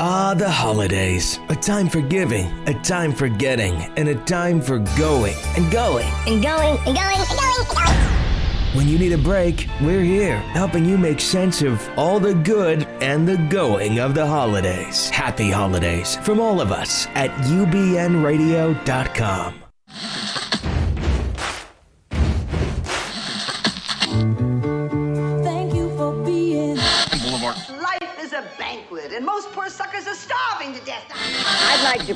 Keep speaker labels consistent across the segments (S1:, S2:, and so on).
S1: Ah, the holidays. A time for giving, a time for getting, and a time for going and going.
S2: and going and going and going and going.
S1: When you need a break, we're here, helping you make sense of all the good and the going of the holidays. Happy holidays from all of us at ubnradio.com.
S3: Thank you for being.
S4: Life is a banquet, and most poor suckers are starving to death.
S5: I'd like to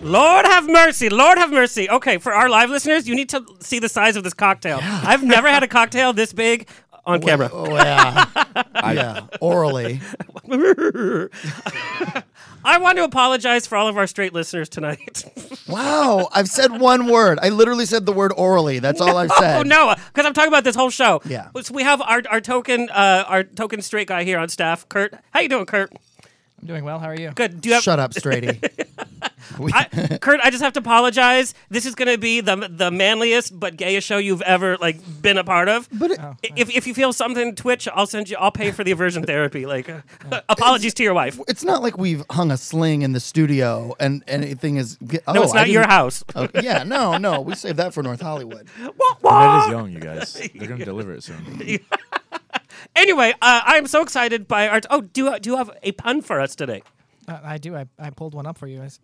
S6: Lord have mercy, Lord have mercy. Okay, for our live listeners, you need to see the size of this cocktail. I've never had a cocktail this big on camera.
S7: Oh yeah, yeah. Orally,
S6: I want to apologize for all of our straight listeners tonight.
S7: wow. I've said one word. I literally said the word orally. That's all I've said.
S6: oh no, because I'm talking about this whole show.
S7: Yeah.
S6: So we have our, our token uh, our token straight guy here on staff, Kurt. How you doing, Kurt?
S8: I'm doing well. How are you?
S6: Good. Do you have
S7: Shut up, Straighty. We-
S6: I, Kurt, I just have to apologize. This is going to be the the manliest but gayest show you've ever like been a part of. But
S8: Oh,
S6: if, if you feel something, Twitch, I'll send you. I'll pay for the aversion therapy. Like, uh, apologies to your wife.
S7: it's not like we've hung a sling in the studio and anything is. Oh,
S6: No, it's
S7: I
S6: not your
S7: didn't-
S6: house.
S7: Oh, yeah, no, no. We saved that for North Hollywood.
S8: Red is young, you guys. They're gonna deliver it soon.
S6: Anyway, uh, I am so excited by our. oh, do you- do you have a pun for us today?
S8: Uh, I do. I, I pulled one up for you guys.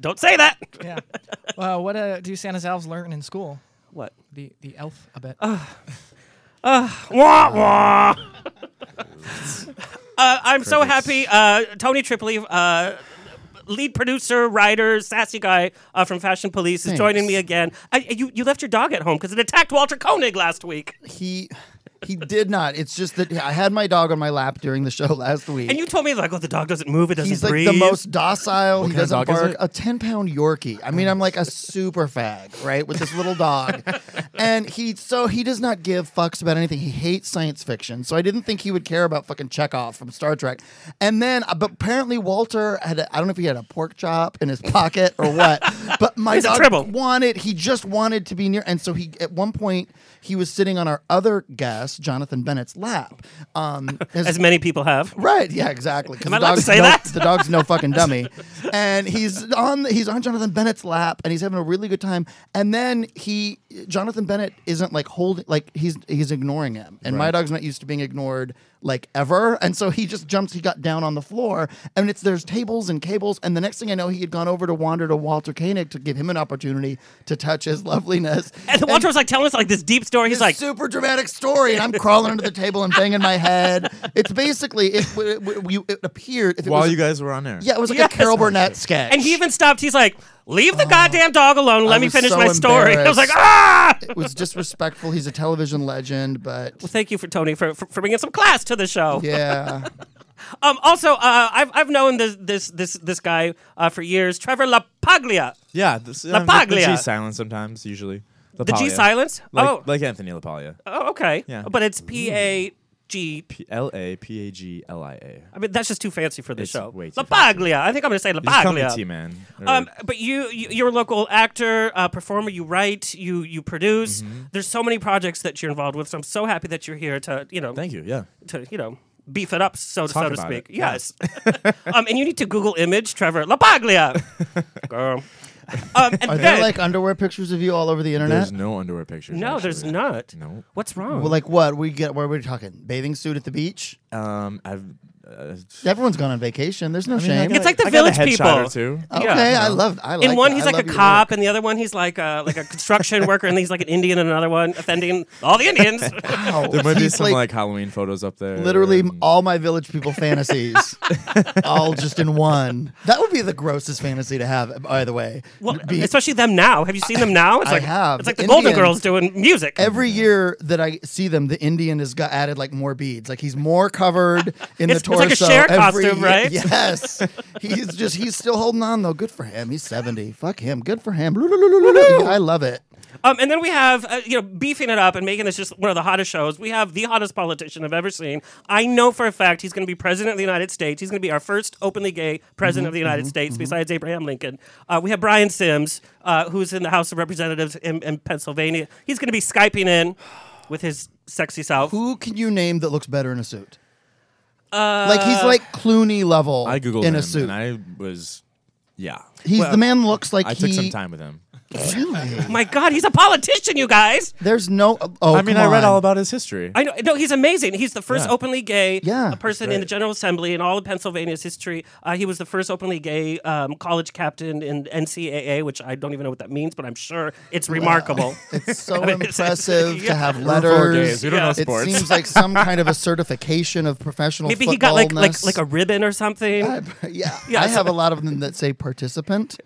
S6: Don't say that.
S8: Yeah. Well, what uh, do Santa's elves learn in school?
S6: What?
S8: The the elf a bit.
S6: Wah wah. uh, I'm so happy. Uh, Tony Tripoli, uh, lead producer, writer, sassy guy uh, from Fashion Police, is joining me again. I, you you left your dog at home because it attacked Walter Koenig last week,
S7: He he did not. It's just that I had my dog on my lap during the show last week.
S6: and you told me like, oh, the dog doesn't move, it doesn't
S7: He's like
S6: breathe.
S7: the most docile. he
S8: kind of
S7: doesn't
S8: dog is
S7: bark.
S8: it?
S7: A ten pound Yorkie. I mean, I'm like a super fag, right, with this little dog, and he so he does not give fucks about anything. He hates science fiction, so I didn't think he would care about fucking Chekhov from Star Trek. And then, uh, but apparently Walter had a, I don't know if he had a pork chop in his pocket or what, but my
S6: It's a
S7: dog
S6: tribble.
S7: wanted he just wanted to be near, and so he at one point he was sitting on our other guest, Jonathan Bennett's lap. Um,
S6: as many people have.
S7: Right. Yeah. Exactly. 'cause
S6: Am
S7: the
S6: I allowed to
S7: dog's
S6: say
S7: no,
S6: that?
S7: The dog's no fucking dummy, and he's on he's on Jonathan Bennett's lap, and he's having a really good time. And then he Jonathan Bennett isn't like holding like he's he's ignoring him, and my dog's not used to being ignored like ever, and so he just jumps. He got down on the floor, and it's there's tables and cables, and the next thing I know, he had gone over to wander to Walter Koenig to give him an opportunity to touch his loveliness.
S6: And Walter was like telling us like this deep story. He's
S7: This
S6: like,
S7: super dramatic story, and I'm crawling under the table and banging my head. It's basically it. w- w- w- It appeared if it
S8: While
S7: was,
S8: you guys were on there.
S7: yeah, it was like
S6: Yes.
S7: a Carol Burnett sketch,
S6: and he even stopped. He's like, leave the goddamn dog alone. Let
S7: Oh, I
S6: me
S7: was
S6: finish
S7: so
S6: my story. I was like,
S7: embarrassed.
S6: ah.
S7: it was disrespectful. He's a television legend, but
S6: Well, thank you for Tony for, for, for bringing some class to the show.
S7: yeah,
S6: Um, also, uh, I've, I've known this this this this guy uh, for years, Trevor LaPaglia.
S8: Yeah. This,
S6: um, the- the Paglia. G's
S8: silent sometimes. Usually.
S6: The G silence. oh,
S8: like Anthony LaPaglia.
S6: oh, okay.
S8: Yeah.
S6: But it's P A G.
S8: L A P A G L I A.
S6: I mean, that's just too fancy for this
S8: It's
S6: show.
S8: way too
S6: LaPaglia. I think I'm going to say LaPaglia.
S8: man.
S6: Um, but you, you, you're a local actor, uh, performer. You write, you you produce.
S8: Mm-hmm.
S6: There's so many projects that you're involved with. So I'm so happy that you're here to, you know,
S8: Thank you. Yeah.
S6: to you know, beef it up, so so to
S8: about
S6: speak.
S8: it.
S6: Yes. um, and you need to Google image Trevor LaPaglia. Girl. Um, and
S7: are
S6: then,
S7: there like underwear pictures of you all over the internet?
S8: There's no underwear pictures.
S6: No, there's
S8: actually.
S6: not.
S8: No.
S6: What's wrong?
S7: well, like what we get? Where are we talking? Bathing suit at the beach.
S8: Um, I've. Uh,
S7: Everyone's gone on vacation. There's no shame.
S6: It's like the
S8: I got a
S6: village
S8: headshot
S6: people.
S8: Or two.
S7: okay,
S6: yeah.
S7: I love. I like.
S6: In one,
S7: that.
S6: he's
S7: I
S6: like a
S7: love your
S6: cop,
S7: work.
S6: and the other one, he's like a like a construction worker, and he's like an Indian, and another one offending all the Indians.
S7: Wow.
S8: There might be
S7: Oh, He's
S8: some like, Halloween photos up there.
S7: Literally m-
S8: and-
S7: all my village people fantasies, all just in one. That would be the grossest fantasy to have, by the way.
S6: well,
S7: Be-
S6: especially them now. Have you seen them now? It's
S7: I
S6: like
S7: have.
S6: It's like the
S7: The
S6: Golden
S7: Indians-
S6: Girls doing music.
S7: Every year that I see them, the Indian has got added like more beads. Like he's more covered in
S6: it's,
S7: the torso.
S6: like a
S7: torso
S6: Cher
S7: every
S6: costume,
S7: year.
S6: right?
S7: Yes. he's just he's still holding on though. Good for him. He's 70. Fuck him. Good for him. Yeah, I love it.
S6: Um, and then we have, uh, you know, beefing it up and making this just one of the hottest shows. We have the hottest politician I've ever seen. I know for a fact he's going to be president of the United States. He's going to be our first openly gay president of the United States besides Abraham Lincoln. Uh, we have Brian Sims, uh, who's in the House of Representatives in, in Pennsylvania. He's going to be Skyping in with his sexy self.
S7: Who can you name that looks better in a suit?
S6: Uh,
S7: like he's like Clooney level
S8: I googled
S7: in
S8: him
S7: a suit.
S8: and I was, yeah.
S7: he's the man looks like
S8: I
S7: he.
S8: took some time with him.
S7: Really?
S6: My God, he's a politician, you guys.
S7: There's no. Oh,
S8: I mean,
S7: come
S8: I read
S7: on.
S8: all about his history.
S6: I know. No, he's amazing. He's the first
S8: Yeah.
S6: openly gay
S7: Yeah,
S6: uh, person in the General Assembly in all of Pennsylvania's history. Uh, he was the first openly gay um, college captain in NCAA, which I don't even know what that means, but I'm sure it's remarkable.
S7: It's so
S6: I mean, it's-
S7: impressive to have
S8: Four
S7: letters.
S8: gays. We don't
S6: Yeah.
S8: know
S6: It
S7: It
S8: sports.
S7: seems like some kind of a certification of professional.
S6: Maybe he got like like
S7: footballness.
S6: like a ribbon or something.
S7: yeah.
S6: Yeah,
S7: I
S6: so-
S7: have a lot of them that say participant.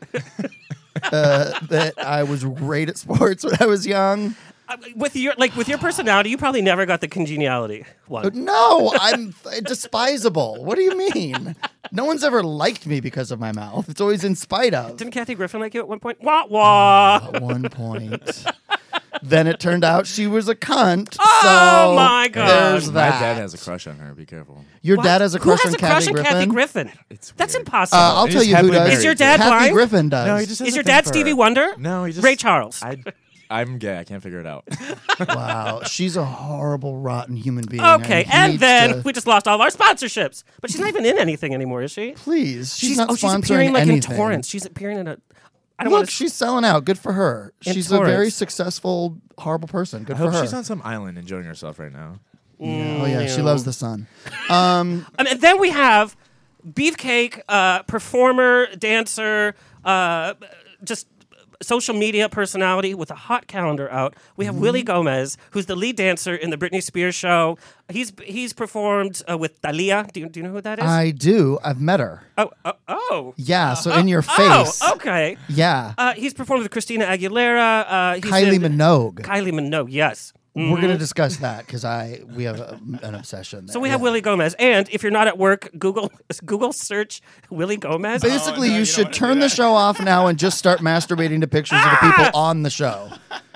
S7: uh, that I was great at sports when I was young.
S6: Uh, with your like with your personality, you probably never got the congeniality one.
S7: No, I'm despisable. What do you mean? No one's ever liked me because of my mouth. It's always in spite of.
S6: Didn't Kathy Griffin like you at one point? Wah wah.
S7: At one point. then it turned out she was a cunt.
S6: Oh,
S7: so
S6: my God.
S7: There's
S8: My
S7: that.
S8: dad has a crush on her. Be careful.
S7: Your dad has a crush
S6: Who
S7: on
S6: has a
S7: Kathy
S6: crush on
S7: Griffin.
S6: Kathy Griffin?
S8: It's
S6: That's
S8: weird.
S6: impossible.
S7: Uh, I'll
S8: He's
S7: tell you who
S8: happily
S7: does.
S8: married. Is your
S6: dad
S7: Kathy
S6: blind?
S7: Griffin does.
S6: Is your dad Stevie Wonder?
S8: No, he just
S6: Ray Charles.
S8: I, I'm gay. I can't figure it out.
S7: Wow, she's a horrible, rotten human being.
S6: Okay,
S7: he
S6: and
S7: needs
S6: then
S7: to-
S6: we just lost all of our sponsorships. But she's not even in anything anymore, is she?
S7: please, she's, not
S6: oh, she's
S7: sponsoring
S6: appearing like
S7: anything.
S6: in Torrance. She's appearing in a. I don't
S7: Look,
S6: want
S7: she's selling out. Good for her.
S6: In
S7: she's a very
S6: Torrance.
S7: successful, horrible person. Good
S8: I
S7: for
S8: hope
S7: her.
S8: she's on some island enjoying herself right now.
S7: oh yeah, she loves the sun.
S6: Mm. Um, and then we have Beefcake, uh, performer, dancer, uh, just social media personality with a hot calendar out. We have Willie
S7: Mm-hmm.
S6: Gomez, who's the lead dancer in the Britney Spears show. He's he's performed uh, with Thalia. Do you, do you know who that is?
S7: I do. I've met her.
S6: oh, oh, oh,
S7: Yeah. So in your
S6: oh,
S7: face.
S6: okay.
S7: Yeah.
S6: Uh, he's performed with Christina Aguilera. Uh, he's
S7: Kylie
S6: in- Mm.
S7: Minogue.
S6: Kylie Minogue, yes.
S7: We're gonna discuss that because I we have a, an obsession. There.
S6: So we have
S7: Yeah.
S6: Willie Gomez, and if you're not at work, Google Google search Willie Gomez.
S8: Oh,
S7: Basically, you should turn the show off now and just start masturbating to pictures of the people
S6: Ah!
S7: on the show.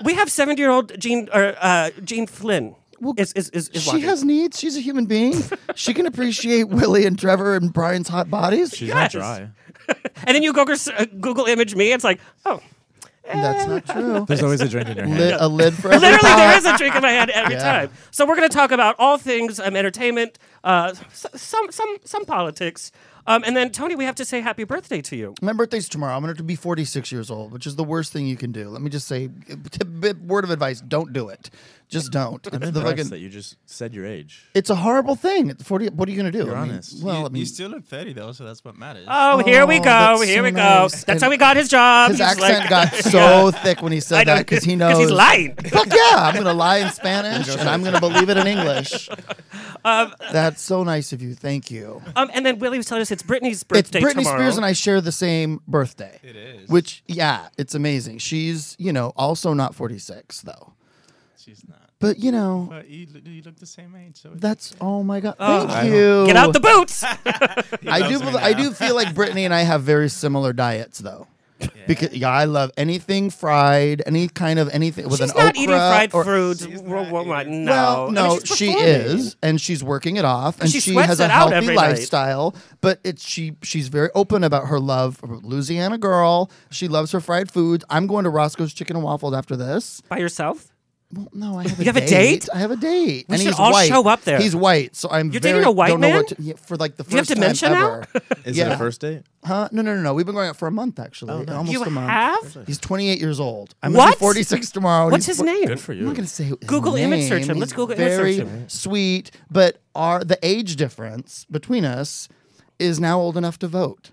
S6: We have 70 year old Jean or uh, Jean Flynn. is, is, is, is
S7: She
S6: watching.
S7: has needs. She's a human being. she can appreciate Willie and Trevor and Brian's hot bodies.
S8: She's
S6: Yes.
S8: not dry.
S6: and then you Google uh, Google image me. It's like oh,
S7: That's not true.
S8: There's always a drink in your hand.
S7: Lid, a lid for every
S6: literally
S7: pot.
S6: there is a drink in my hand every
S7: Yeah.
S6: time. So we're going to talk about all things um, entertainment, uh, s- some some some politics, um, and then Tony, we have to say happy birthday to you.
S7: My birthday's tomorrow. I'm going to be 46 years old, which is the worst thing you can do. Let me just say, t- bit- word of advice: don't do it. Just don't.
S8: I'm
S7: It's the
S8: impressed
S7: fucking-
S8: that you just said your age.
S7: It's a horrible thing. At 40, what are you going to do?
S8: You're
S7: I mean,
S8: honest.
S7: well,
S9: you,
S7: I mean,
S9: you still look 30 though, so that's what matters.
S6: Oh, here we
S7: Oh,
S6: go,
S7: that's
S6: here
S7: so
S6: we
S7: nice.
S6: go. That's
S7: And
S6: how he got his job.
S7: his
S6: He's like,
S7: accent got so thick when he said
S6: know,
S7: that because he knows
S6: he's lying.
S7: Fuck yeah! I'm going to lie in Spanish and I'm going to believe it in English. That's so nice of you. Thank you.
S6: Um, and then Willie was telling us it's Britney's
S7: It's
S6: birthday
S7: Britney
S6: tomorrow.
S7: Spears and I share the same birthday. It
S9: is.
S7: Which, yeah, it's amazing. She's, you know, also not 46, though.
S9: She's not.
S7: But, you know,
S9: But you, lo- you look the same age. So it-
S7: that's, oh my God. Thank you.
S6: Get out the boots.
S9: he
S7: I
S9: loves
S7: do,
S9: me
S7: bel- I
S9: now.
S7: do feel like Britney and I have very similar diets, though. Because yeah, I love anything fried, any kind of anything with
S6: She's
S7: an
S6: not
S7: okra
S6: eating fried
S7: or-
S6: foods.
S9: She's
S6: Wo-
S9: not
S6: wo- wo-
S9: eating-
S6: no, I
S7: Well,
S6: mean,
S7: no,
S6: she's
S7: she
S6: performing.
S7: is, and she's working it off, and
S6: she
S7: she,
S6: sweats
S7: has a
S6: it out
S7: healthy
S6: every night.
S7: lifestyle. But it's she she's very open about her love for Louisiana girl. She loves her fried foods. I'm going to Roscoe's Chicken and Waffles after this.
S6: by herself.
S7: Well, no, I have a
S6: have a
S7: date.
S6: date?
S7: I have a date.
S6: We
S7: and
S6: should
S7: he's
S6: all
S7: white.
S6: show up there.
S7: He's white, so I'm.
S6: You're
S7: very,
S6: dating a white
S7: don't know what
S6: man?
S7: to- yeah, for like the first
S6: You have dementia
S7: time
S6: now?
S7: ever.
S8: Is
S7: yeah.
S8: it a first date? Oh,
S7: Huh? No, no, no, no. We've been going out for a month actually, almost
S6: You
S7: a month.
S6: have?
S7: He's 28 years old. I'm gonna
S6: What?
S7: be 46 tomorrow. and
S6: What's his
S7: he's fo-
S6: name?
S8: Good for you.
S7: I'm not gonna say his
S6: Google image search
S7: name.
S6: him. Let's
S7: He's
S6: Google image
S7: very
S6: search him.
S7: Sweet, but our the age difference between us is now old enough to vote.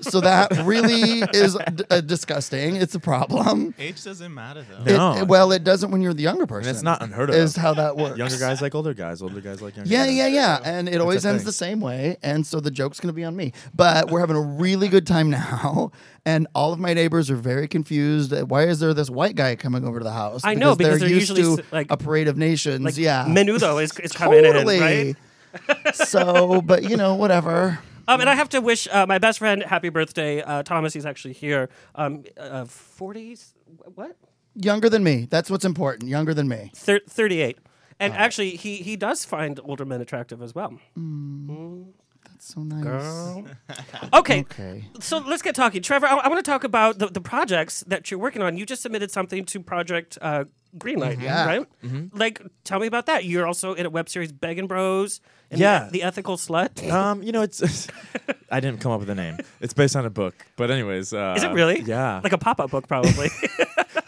S7: so that really is d- uh, disgusting. It's a problem.
S9: Age doesn't matter though.
S7: It-
S8: No.
S7: well, it doesn't when you're the younger person.
S8: it's not unheard of.
S7: Is how that works.
S8: Younger guys like older guys. Older guys like younger
S7: Yeah,
S8: guys.
S7: yeah, yeah. And it always
S8: a
S7: ends
S8: thing.
S7: the same way. And so the joke's going to be on me. But we're having a really good time now. And all of my neighbors are very confused. at Why is there this white guy coming over to the house?
S6: I know, because
S7: they're,
S6: they're
S7: used
S6: usually
S7: to
S6: s- like-
S7: a parade of nations.
S6: Like
S7: yeah.
S6: Menudo is, is coming
S7: totally.
S6: in, right?
S7: so, but you know, whatever.
S6: Um, and I have to wish uh, my best friend happy birthday, uh, Thomas. He's actually here. Um, uh, 40s, what?
S7: Younger than me. That's what's important. Younger than me.
S6: Thir- 38. And actually, he, he does find older men attractive as well.
S7: Mm, That's so nice.
S6: Okay.
S7: Okay.
S6: So let's get talking. Trevor, I, want to talk about the, the projects that you're working on. You just submitted something to Project uh, Greenlight,
S7: Mm-hmm. Yeah.
S6: right? Like, tell me about that. You're also in a web series, Begging Bros, and
S10: Yeah.
S6: the, the Ethical Slut.
S10: Um, you know, it's. I didn't come up with a name. It's based on a book, but anyways. Uh,
S6: Is it really?
S10: Yeah.
S6: Like a pop up book, probably.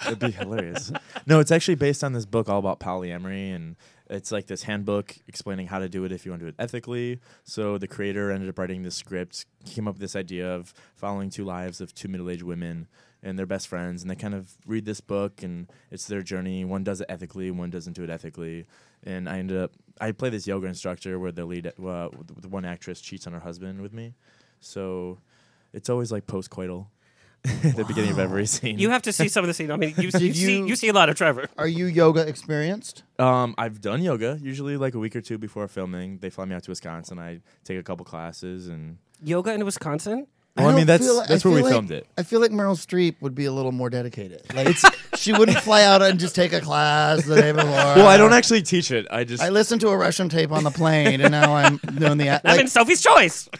S10: That'd be hilarious. No, it's actually based on this book all about polyamory, and it's like this handbook explaining how to do it if you want to do it ethically. So the creator ended up writing this script, came up with this idea of following two lives of two middle-aged women and their best friends, and they kind of read this book, and it's their journey. One does it ethically, one doesn't do it ethically, and I ended up. I play this yoga instructor where the lead, uh, the one actress cheats on her husband with me, so it's always like post-coital. at the beginning of every scene.
S6: you have to see some of the scene. I mean, you, you, see,
S7: you-
S6: you see a lot of Trevor.
S7: Are you yoga experienced?
S10: Um, I've done yoga usually like a week or two before filming. They fly me out to Wisconsin. I take a couple classes and.
S6: Yoga in Wisconsin?
S10: Well, I, mean
S7: don't
S10: that's
S7: feel like-
S10: that's
S7: I
S10: where we
S7: feel like-
S10: filmed it.
S7: I feel like Meryl Streep would be a little more dedicated. Like she wouldn't fly out and just take a class the day before.
S10: Well, I don't actually teach it. I just
S7: I listened to a Russian tape on the plane, and now I'm doing the. Like,
S6: I'm in Sophie's Choice.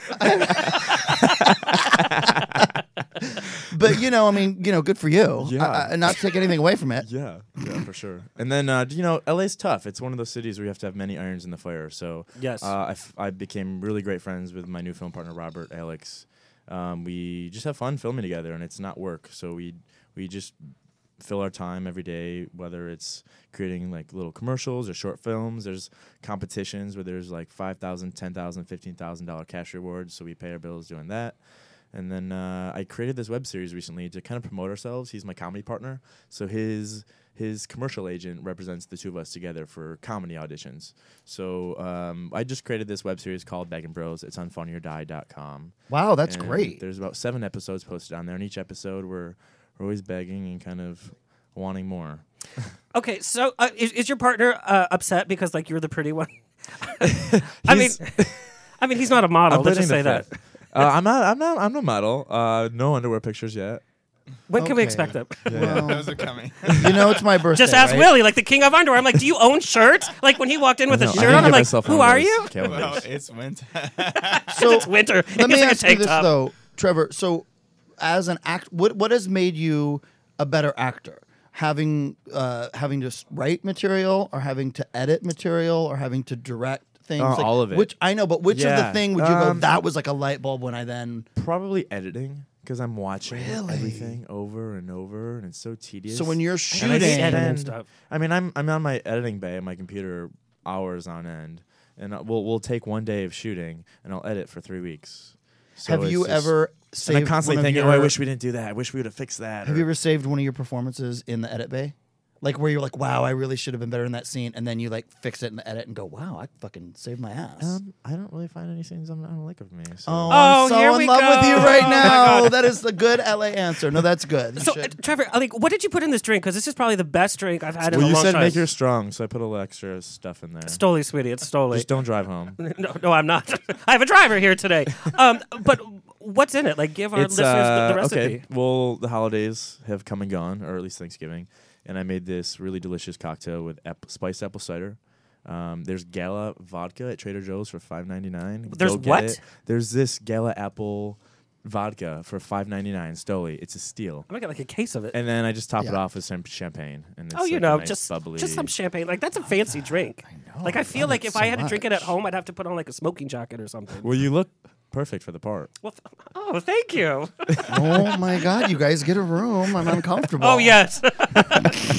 S7: but you know, I mean, you know, good for you.
S10: Yeah.
S7: I- I- not to take anything away from it.
S10: yeah yeah for sure. And then uh, you know LA's tough. It's one of those cities where you have to have many irons in the fire. So
S6: Yes.
S10: uh, I, f- I became really great friends with my new film partner Robert Alex. Um, we just have fun filming together, and it's not work. So we we just fill our time every day, whether it's creating like little commercials or short films. There's competitions where there's like five thousand, ten thousand, fifteen thousand dollar cash rewards. So we pay our bills doing that. And then uh, I created this web series recently to kind of promote ourselves. He's my comedy partner, so his his commercial agent represents the two of us together for comedy auditions. So um, I just created this web series called Begging Bros. It's on funnyordie.com.
S7: Wow, that's
S10: And
S7: great.
S10: There's about seven episodes posted on there, and each episode we're we're always begging and kind of wanting more.
S6: Okay, so uh, is, is your partner uh, upset because like you're the pretty one? I mean,
S10: He's-
S6: I mean he's not a model. Let's
S10: putting
S6: just
S10: the
S6: say that.
S10: fit. Uh, I'm not. I'm not. I'm no model. Uh, no underwear pictures yet.
S6: When can we
S7: Okay.
S6: expect them?
S11: Those are coming.
S7: You know, it's my birthday.
S6: Just ask
S7: right?
S6: Willie, like the king of underwear. I'm like, do you own shirts? Like when he walked in with
S10: No,
S6: a
S10: I
S6: shirt
S10: didn't
S6: on,
S10: get
S6: I'm like,
S10: myself one
S6: who
S10: of
S6: are
S10: those
S6: you?
S10: calendars.
S11: well, it's winter.
S7: So
S6: It's winter.
S7: Let
S6: it's
S7: me
S6: like a
S7: ask
S6: tank
S7: you this
S6: top.
S7: though, Trevor. So, as an act, what what has made you a better actor? Having uh, having to s- write material, or having to edit material, or having to direct things.
S10: Uh,
S7: Like,
S10: all of it.
S7: Which I know, but which of the
S10: Yeah.
S7: thing would you go?
S10: Um,
S7: That was like a light bulb when I then.
S10: Probably editing because I'm watching everything over and over, and it's so tedious.
S7: So when you're
S10: And I
S7: shooting,
S6: Editing
S10: spend-
S6: and stuff.
S10: I mean, I'm I'm on my editing bay at my computer hours on end, and I- we'll we'll take one day of shooting, and I'll edit for three weeks. So
S7: have
S10: it's
S7: you
S10: just-
S7: ever?
S10: And
S7: Saved
S10: I'm constantly
S7: one of
S10: thinking,
S7: your,
S10: oh, I wish we didn't do that. I wish we would have fixed that.
S7: Have
S10: or-
S7: you ever saved one of your performances in the edit bay? Like where you're like, wow, I really should have been better in that scene, and then you like fix it in the edit and go, wow, I fucking saved my ass.
S10: Um, I don't really find any scenes I'm, I don't like of me. So.
S7: Oh,
S6: Oh,
S7: I'm so
S6: here
S7: in
S6: we
S7: love with you
S6: go.
S7: right
S6: Oh, my
S7: now.
S6: God.
S7: that is the good LA answer. No, that's good.
S6: So, uh, Trevor, like, what did you put in this drink? Because this is probably the best drink I've had in
S10: well,
S6: a
S10: you
S6: long
S10: said
S6: time.
S10: make your strong, so I put a little extra stuff in there.
S6: Stoli, sweetie. It's Stoli.
S10: Just don't drive home.
S6: No, no, I'm not. I have a driver here today. Um, but what's in it? Like, give our listeners the, the
S10: uh,
S6: recipe.
S10: Okay. Well, the holidays have come and gone, or at least Thanksgiving, and I made this really delicious cocktail with ap- spiced apple cider. Um, there's Gala vodka at Trader Joe's for five ninety nine.
S6: There's what?
S10: There's this Gala apple vodka for five ninety nine. Stoli, it's a steal.
S6: I'm gonna get like a case of it.
S10: And then I just top it
S7: Yeah.
S10: off with some champagne. And it's
S6: Oh, you
S10: like a
S6: know,
S10: nice
S6: just
S10: bubbly.
S6: just some champagne. Like that's a fancy drink. I know. Like I feel
S7: love
S6: like
S7: it
S6: if
S7: so
S6: I had to drink it at
S7: much.
S6: home, I'd have to put on like a smoking jacket or something.
S10: well, you look perfect for the part.
S6: Well, th- oh, thank you.
S7: oh my God, you guys get a room. I'm uncomfortable.
S6: Oh yes,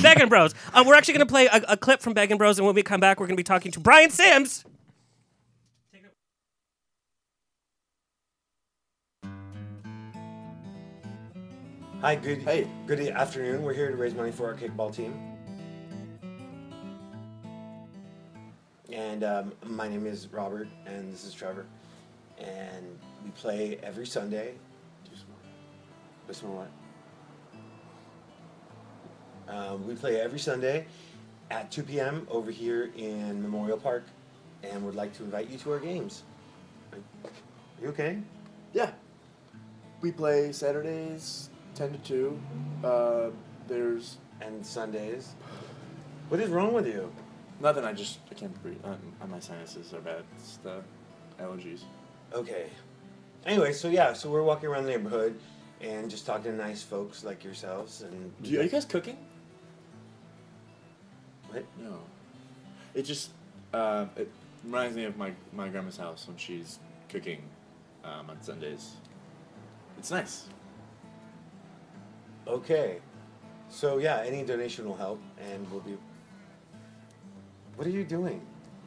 S6: Beggin' Bros. Um, we're actually gonna play a, a clip from Beggin' Bros, and when we come back, we're gonna be talking to Brian Sims.
S8: Hi, good. Hey, good e- afternoon. We're here to raise money for our kickball team. And um, my name is Robert, and this is Trevor, and we play every Sunday. Do some more. Do some more what? Um, we play every Sunday at 2 p.m. over here in Memorial Park, and would like to invite you to our games. Like, you okay?
S10: Yeah. We play Saturdays, 10 to 2. Uh, there's
S8: And Sundays. What is wrong with you?
S10: nothing. I just I can't breathe. Um, my sinuses are bad. It's the allergies.
S8: Okay. Anyway, so yeah, so we're walking around the neighborhood and just talking to nice folks like yourselves and
S10: Do you, are you guys cooking?
S8: what?
S10: No. It just uh, it reminds me of my my grandma's house when she's cooking um, on Sundays. It's nice.
S8: Okay. So yeah, any donation will help and we'll be What are you doing?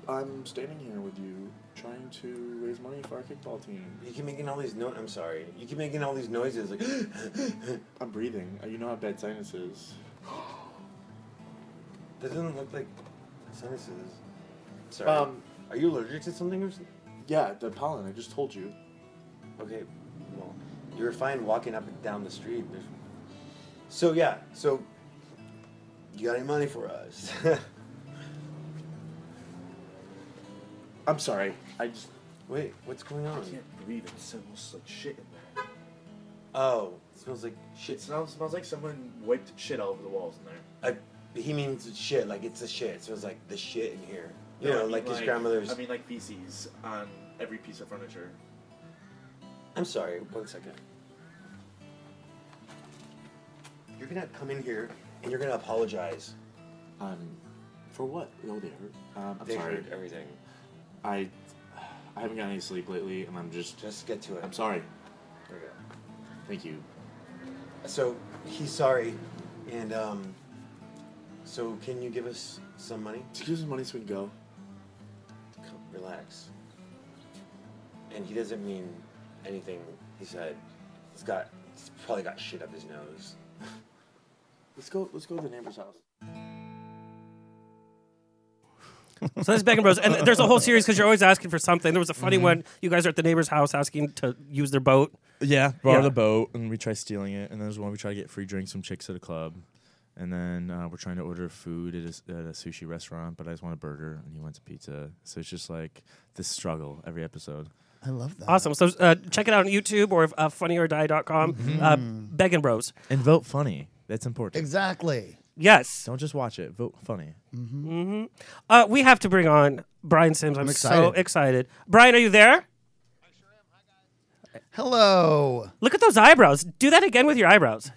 S10: I'm standing here with you, trying to raise money for our kickball team.
S8: You keep making all these no I'm sorry. You keep making all these noises like
S10: I'm breathing. Uh, You know how bad sinus is.
S8: that doesn't look like sinuses. Sorry.
S10: Um,
S8: are you allergic to something or something?
S10: Yeah, the pollen. I just told you.
S8: Okay, well, you were fine walking up and down the street. There's... So yeah, so you got any money for us?
S10: I'm sorry. I just
S8: Wait, what's going on?
S10: breathe. It smells like shit in there.
S8: Oh, it smells like shit.
S10: smells smells like someone wiped shit all over the walls in there.
S8: I, he means shit, like it's a shit. It smells like the shit in here. You
S10: No, I
S8: know,
S10: mean,
S8: like, his grandmother's.
S10: I mean, like feces on every piece of furniture.
S8: I'm sorry, one second. You're gonna come in here and you're gonna apologize.
S10: Um, for what? Oh, they hurt. Um, I'm
S8: They
S10: sorry.
S8: heard everything.
S10: I, I haven't gotten any sleep lately, and I'm just.
S8: Just get to it.
S10: I'm sorry.
S8: There we go.
S10: Thank you.
S8: So he's sorry, and um, so can you give us some money?
S10: Excuse me, money so we can go.
S8: Come, relax. And he doesn't mean anything he said. He's got, he's probably got shit up his nose.
S10: Let's go. Let's go to the neighbor's house.
S6: So that's Beck and Bros. And there's a whole series because you're always asking for something. There was a funny one. You guys are at the neighbor's house asking to use their boat.
S12: Yeah, borrow
S6: Yeah.
S12: the boat, and we try stealing it. And there's one we try to get free drinks from chicks at a club. And then uh, we're trying to order food at a, s- at a sushi restaurant, but I just want a burger, and he wants a pizza. So it's just like this struggle every episode.
S7: I love that.
S6: Awesome. So uh, check it out on YouTube or uh, funnyordie.com. Uh, Beck and Bros.
S12: And vote funny. That's important.
S7: Exactly.
S6: Yes.
S12: Don't just watch it. Vote funny.
S6: Uh, we have to bring on Brian Sims. I'm, so
S7: excited.
S6: excited. Brian, are you there?
S7: Hello.
S6: Look at those eyebrows. Do that again with your eyebrows.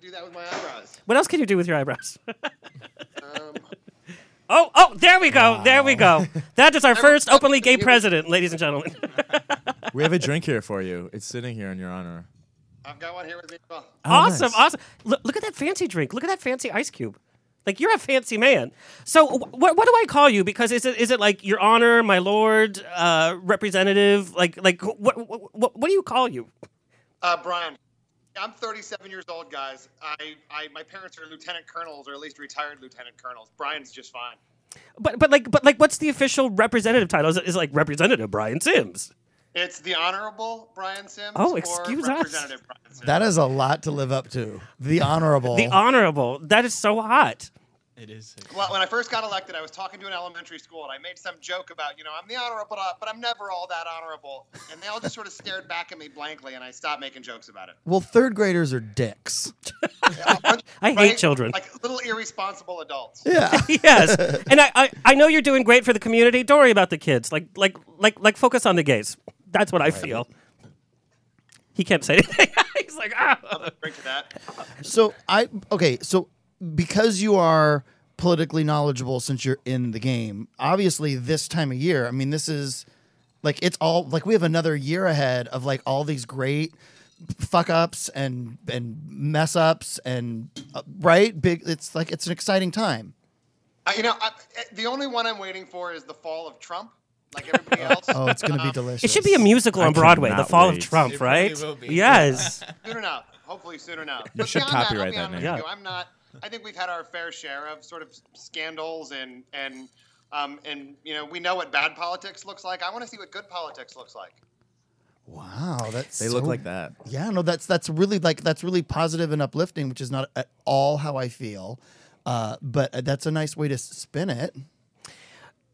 S4: do that with my eyebrows.
S6: What else can you do with your eyebrows? oh, oh, there we go. There we go. That is our first openly gay president, ladies and gentlemen.
S12: We have a drink here for you. It's sitting here in your honor.
S4: I've got one here with me as well.
S6: awesome,
S12: nice.
S6: awesome. Look, look at that fancy drink. Look at that fancy ice cube. Like you're a fancy man. So wh- what what do I call you? Because is it is it like your honor, my lord, uh, representative? Like like what what what, what do you call you?
S4: Uh, Brian, I'm 37 years old, guys. I, I, my parents are lieutenant colonels, or at least retired lieutenant colonels. Brian's just fine.
S6: But but like but like what's the official representative title? Is it is it like representative Brian Sims?
S4: It's the Honorable Brian Sims.
S6: Oh, excuse us.
S4: or Representative Brian Sims.
S7: That is a lot to live up to. The honorable.
S6: The honorable. That is so hot.
S13: It is. sick.
S4: Well, when I first got elected, I was talking to an elementary school, and I made some joke about, you know, I'm the honorable, but I'm never all that honorable. And they all just sort of stared back at me blankly, and I stopped making jokes about it.
S7: well, third graders are dicks.
S6: I hate
S4: Right?
S6: children.
S4: Like little irresponsible adults.
S7: Yeah.
S6: yes, and I, I I know you're doing great for the community. Don't worry about the kids. Like like like like focus on the gays. That's what I feel. He can't say anything. He's like ah.
S4: Drink to that.
S7: So I okay. So because you are politically knowledgeable since you're in the game, obviously this time of year. I mean, this is like it's all like we have another year ahead of like all these great fuck ups and and mess ups and uh, right big. It's like it's an exciting time.
S4: I, you know, I, the only one I'm waiting for is the fall of Trump. Like everybody else. Um,
S7: Oh, it's gonna be delicious.
S6: Uh-huh. It should be a musical
S12: I
S6: on Broadway, The
S12: cannot
S6: Fall
S12: wait.
S6: of Trump,
S13: It probably
S6: right?
S13: will be.
S6: Yes.
S4: soon enough. Hopefully soon enough.
S12: You should
S4: beyond
S12: copyright
S4: I'll be
S12: that
S4: honest
S12: name.
S4: with you, I'm not. I think we've had our fair share of sort of scandals and and um, and you know we know what bad politics looks like. I want to see what good politics looks like.
S7: Wow, that's
S12: They look
S7: so-
S12: like that.
S7: Yeah, no, that's that's really like that's really positive and uplifting, which is not at all how I feel. Uh, but uh, that's a nice way to s- spin it.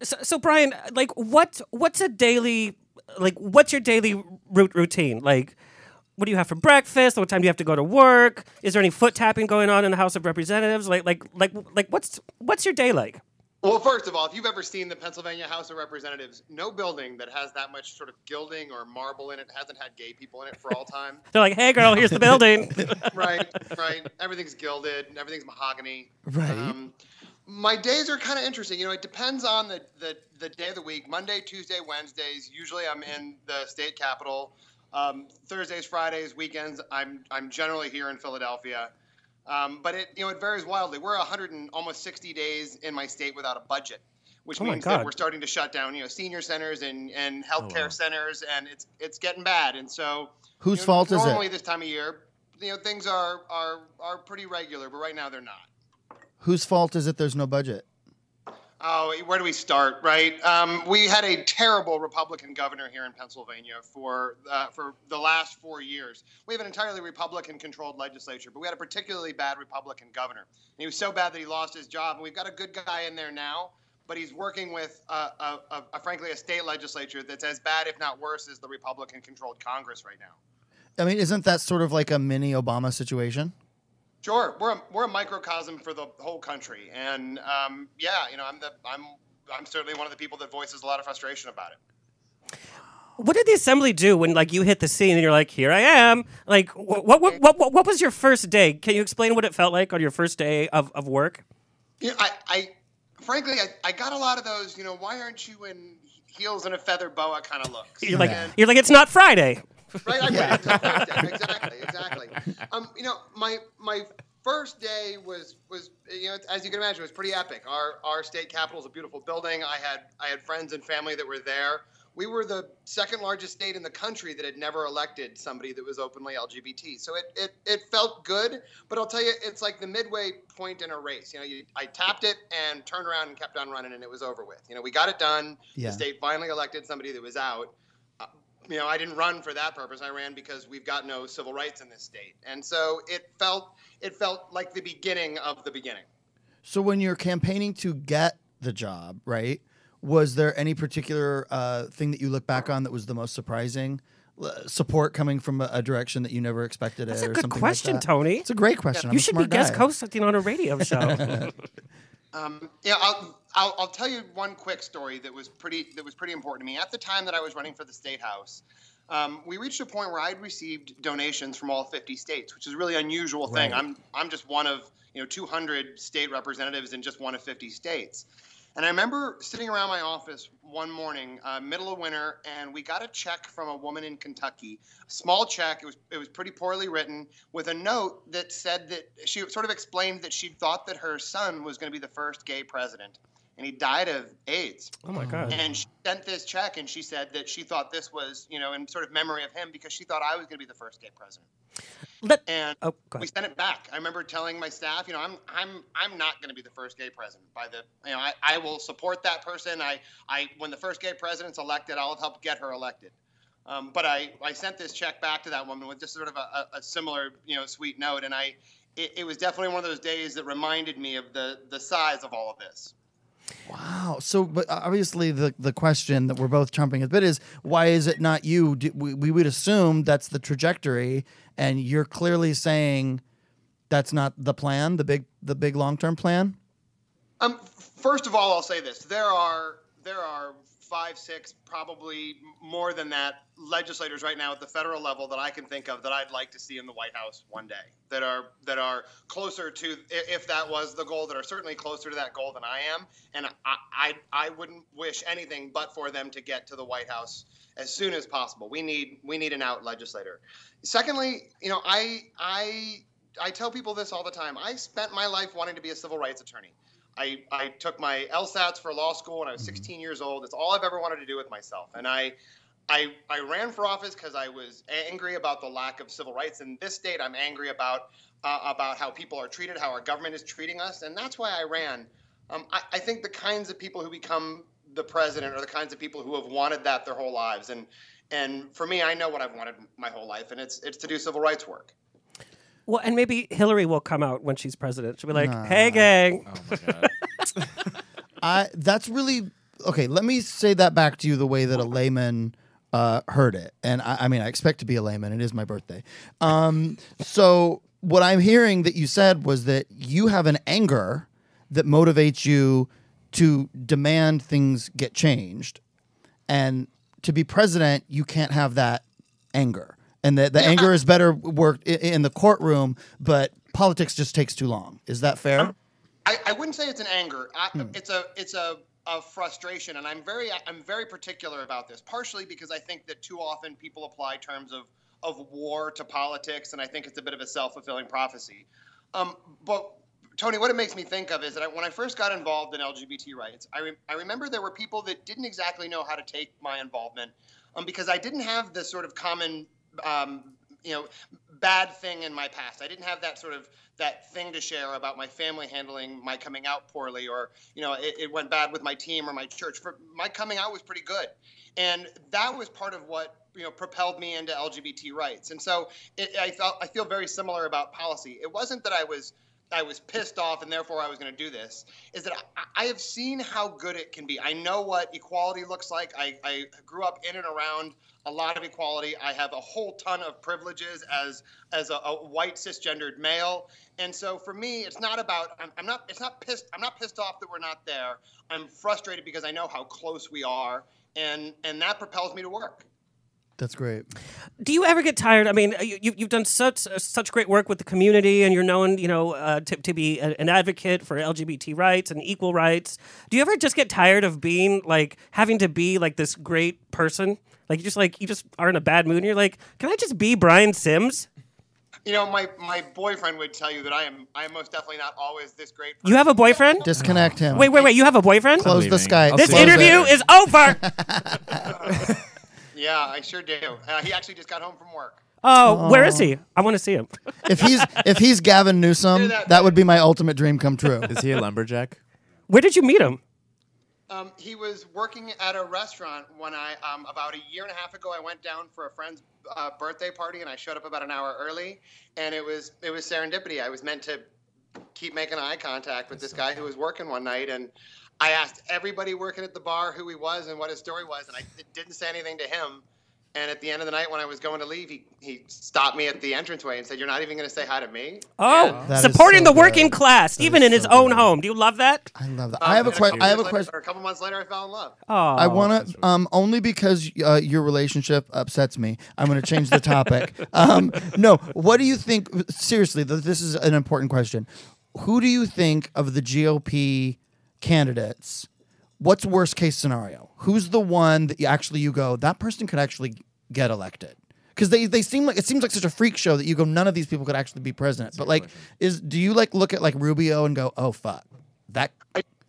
S6: So, so Brian, like, what what's a daily like what's your daily route routine? Like, what do you have for breakfast? What time do you have to go to work? Is there any foot tapping going on in the House of Representatives? Like, like, like, like, what's what's your day like?
S4: Well, first of all, if you've ever seen the Pennsylvania House of Representatives, no building that has that much sort of gilding or marble in it hasn't had gay people in it for all time.
S6: They're like, "Hey, girl, here's the building."
S4: right, right. Everything's gilded. Everything's mahogany. Um,
S7: Right.
S4: My days are kind of interesting. You know, it depends on the, the, the day of the week. Monday, Tuesday, Wednesdays. Usually, I'm in the state capitol. Um, Thursdays, Fridays, weekends. I'm I'm generally here in Philadelphia. Um, but it you know it varies wildly. We're 100 and almost 60 days in my state without a budget, which
S6: Oh my
S4: means that
S6: God. Oh,
S4: we're starting to shut down you know senior centers and and healthcare centers, and it's it's getting bad. And so
S7: Whose
S4: you know,
S7: fault is it?
S4: Normally this time of year, you know things are are are pretty regular, but right now they're not.
S7: Whose fault is it there's no budget?
S4: Oh, where do we start? Right, um, we had a terrible Republican governor here in Pennsylvania for uh, for the last four years. We have an entirely Republican-controlled legislature, but we had a particularly bad Republican governor. And he was so bad that he lost his job. And we've got a good guy in there now, but he's working with uh, a, a, a frankly a state legislature that's as bad, if not worse, as the Republican-controlled Congress right now.
S7: I mean, isn't that sort of like a mini Obama situation?
S4: Sure, we're a, we're a microcosm for the whole country, and um, yeah, you know, I'm the I'm I'm certainly one of the people that voices a lot of frustration about it.
S6: What did the assembly do when like you hit the scene and you're like, "Here I am"? Like, wh- what what what what, what was your first day? Can you explain what it felt like on your first day of, of work?
S4: You know, I, I frankly, I, I got a lot of those. You know, why aren't you in heels and a feather boa kind of looks?
S6: You're like, you're like, it's not Friday.
S4: right? I waited until Thursday. Exactly, exactly. Um, you know, my my first day was was you know as you can imagine it was pretty epic. Our our state capitol is a beautiful building. I had I had friends and family that were there. We were the second largest state in the country that had never elected somebody that was openly LGBT. So it it, it felt good, but I'll tell you, it's like the midway point in a race. You know, you, I tapped it and turned around and kept on running, and it was over with. You know, we got it done.
S7: Yeah.
S4: The state finally elected somebody that was out you know, I didn't run for that purpose. I ran because we've got no civil rights in this state, and so it felt it felt like the beginning of the beginning.
S7: So when you're campaigning to get the job, right? Was there any particular uh, thing that you look back on that was the most surprising? L- Support coming from a, a direction that you never expected
S6: That's
S7: it.
S6: a
S7: or
S6: good
S7: something like
S6: question,
S7: that?
S6: Tony.
S7: It's a great question. I'm
S6: you
S7: a
S6: should
S7: smart
S6: be guest
S7: guy.
S6: co-hosting on a radio show.
S4: Um, yeah, I'll, I'll I'll tell you one quick story that was pretty that was pretty important to me at the time that I was running for the state house. Um, we reached a point where I'd received donations from all 50 states, which is a really unusual thing.
S14: Right.
S4: I'm I'm just one of you know 200 state representatives in just one of 50 states. And I remember sitting around my office one morning, uh, middle of winter, and we got a check from a woman in Kentucky. A small check. It was it was pretty poorly written, with a note that said that she sort of explained that she thought that her son was going to be the first gay president, and he died of AIDS.
S6: Oh my God.
S4: And she sent this check, and she said that she thought this was you know in sort of memory of him because she thought I was going to be the first gay president. and
S6: oh, go
S4: We
S6: ahead.
S4: sent it back. I remember telling my staff, you know, I'm I'm I'm not going to be the first gay president. By the, you know, I, I will support that person. I I when the first gay president's elected, I'll help get her elected. Um, but I I sent this check back to that woman with just sort of a, a, a similar you know sweet note, and I it, it was definitely one of those days that reminded me of the the size of all of this.
S7: Wow. So, but uh, obviously, the, the question that we're both chomping at the bit is why is it not you? Do, we, we would assume that's the trajectory, and you're clearly saying that's not the plan, the big the big long term plan.
S4: Um, first of all, I'll say this: there are there are five, six, probably more than that legislators right now at the federal level that I can think of that I'd like to see in the White House one day. That are that are closer to i- if that was the goal, that are certainly closer to that goal than I am. And I I, I wouldn't wish anything but for them to get to the White House as soon as possible. We need we need an out legislator. Secondly, you know, I I I tell people this all the time. I spent my life wanting to be a civil rights attorney. I, I took my LSATs for law school when I was 16 years old. It's all I've ever wanted to do with myself. And I, I, I ran for office because I was angry about the lack of civil rights in this state. I'm angry about uh, about how people are treated, how our government is treating us, and that's why I ran. Um, I, I think the kinds of people who become the president are the kinds of people who have wanted that their whole lives. And and for me, I know what I've wanted my whole life, and it's it's to do civil rights work.
S6: Well, and maybe Hillary will come out when she's president. She'll be like,
S7: Nah.
S6: "Hey, gang."
S7: I that's really okay, let me say that back to you the way that a layman uh, heard it. And I, I mean, I expect to be a layman. It is my birthday. Um, so what I'm hearing that you said was that you have an anger that motivates you to demand things get changed, and to be president, you can't have that anger. And that the anger is better worked i- in the courtroom, but politics just takes too long. Is that fair?
S4: I, I wouldn't say it's an anger. I,
S7: Hmm.
S4: It's a it's a, a frustration, and I'm very I'm very particular about this. Partially because I think that too often people apply terms of of war to politics, and I think it's a bit of a self fulfilling prophecy. Um, but Tony, what it makes me think of is that I, when I first got involved in LGBT rights, I, re- I remember there were people that didn't exactly know how to take my involvement um, because I didn't have the sort of common, um, you know, bad thing in my past. I didn't have that sort of that thing to share about my family handling my coming out poorly, or you know, it, it went bad with my team or my church. For my coming out was pretty good, and that was part of what you know propelled me into LGBT rights. And so it, I felt I feel very similar about policy. It wasn't that I was I was pissed off and therefore I was going to do this is that I, I have seen how good it can be. I know what equality looks like. I, I grew up in and around a lot of equality. I have a whole ton of privileges as as a, a white cisgendered male. And so for me, it's not about I'm, I'm not it's not pissed I'm not pissed off that we're not there. I'm frustrated because I know how close we are, and and that propels me to work.
S7: That's great.
S6: Do you ever get tired? I mean, you, you- you've done such such great work with the community, and you're known, you know, uh, to, to be a- an advocate for LGBT rights and equal rights. Do you ever just get tired of being like having to be like this great person? Like you just like you just are in a bad mood, and you're like, can I just be Brian Sims?
S4: You know, my my boyfriend would tell you that I am I am most definitely not always this great.
S6: You have a boyfriend?
S7: Disconnect him.
S6: Wait, wait, wait. You have a boyfriend?
S7: Close the Skype.
S6: This
S7: Close it.
S6: interview is over.
S4: Yeah, I sure do. Uh, he actually just got home from work.
S6: Oh, where is he? I want to see him.
S7: if he's if he's Gavin Newsom, that would be my ultimate dream come true.
S10: Is he a lumberjack?
S6: Where did you meet him?
S4: Um, he was working at a restaurant when I, um, about a year and a half ago, I went down for a friend's uh, birthday party and I showed up about an hour early, and it was it was serendipity. I was meant to keep making eye contact with this guy who was working one night, and I asked everybody working at the bar who he was and what his story was, and I d- didn't say anything to him. And at the end of the night, when I was going to leave, he, he stopped me at the entranceway and said, "You're not even going to say hi to me."
S6: Oh,
S7: That is
S6: supporting the
S7: so
S6: working
S7: good.
S6: class,
S7: That
S6: even
S7: is
S6: in his
S7: so
S6: own
S7: good.
S6: home. Do you love that?
S7: I love that.
S4: Um,
S7: I have a
S4: and couple
S7: question. I have a
S4: years later-
S7: question.
S4: or A couple months later, I fell in love.
S6: Oh,
S7: I want to um, only because uh, your relationship upsets me. I'm going to change the topic. um, no, what do you think? Seriously, th- this is an important question. Who do you think of the GOP candidates? What's worst case scenario? Who's the one that you actually you go that person could actually get elected? Because they, they seem like it seems like such a freak show that you go none of these people could actually be president. But like, is do you like look at like Rubio and go oh fuck that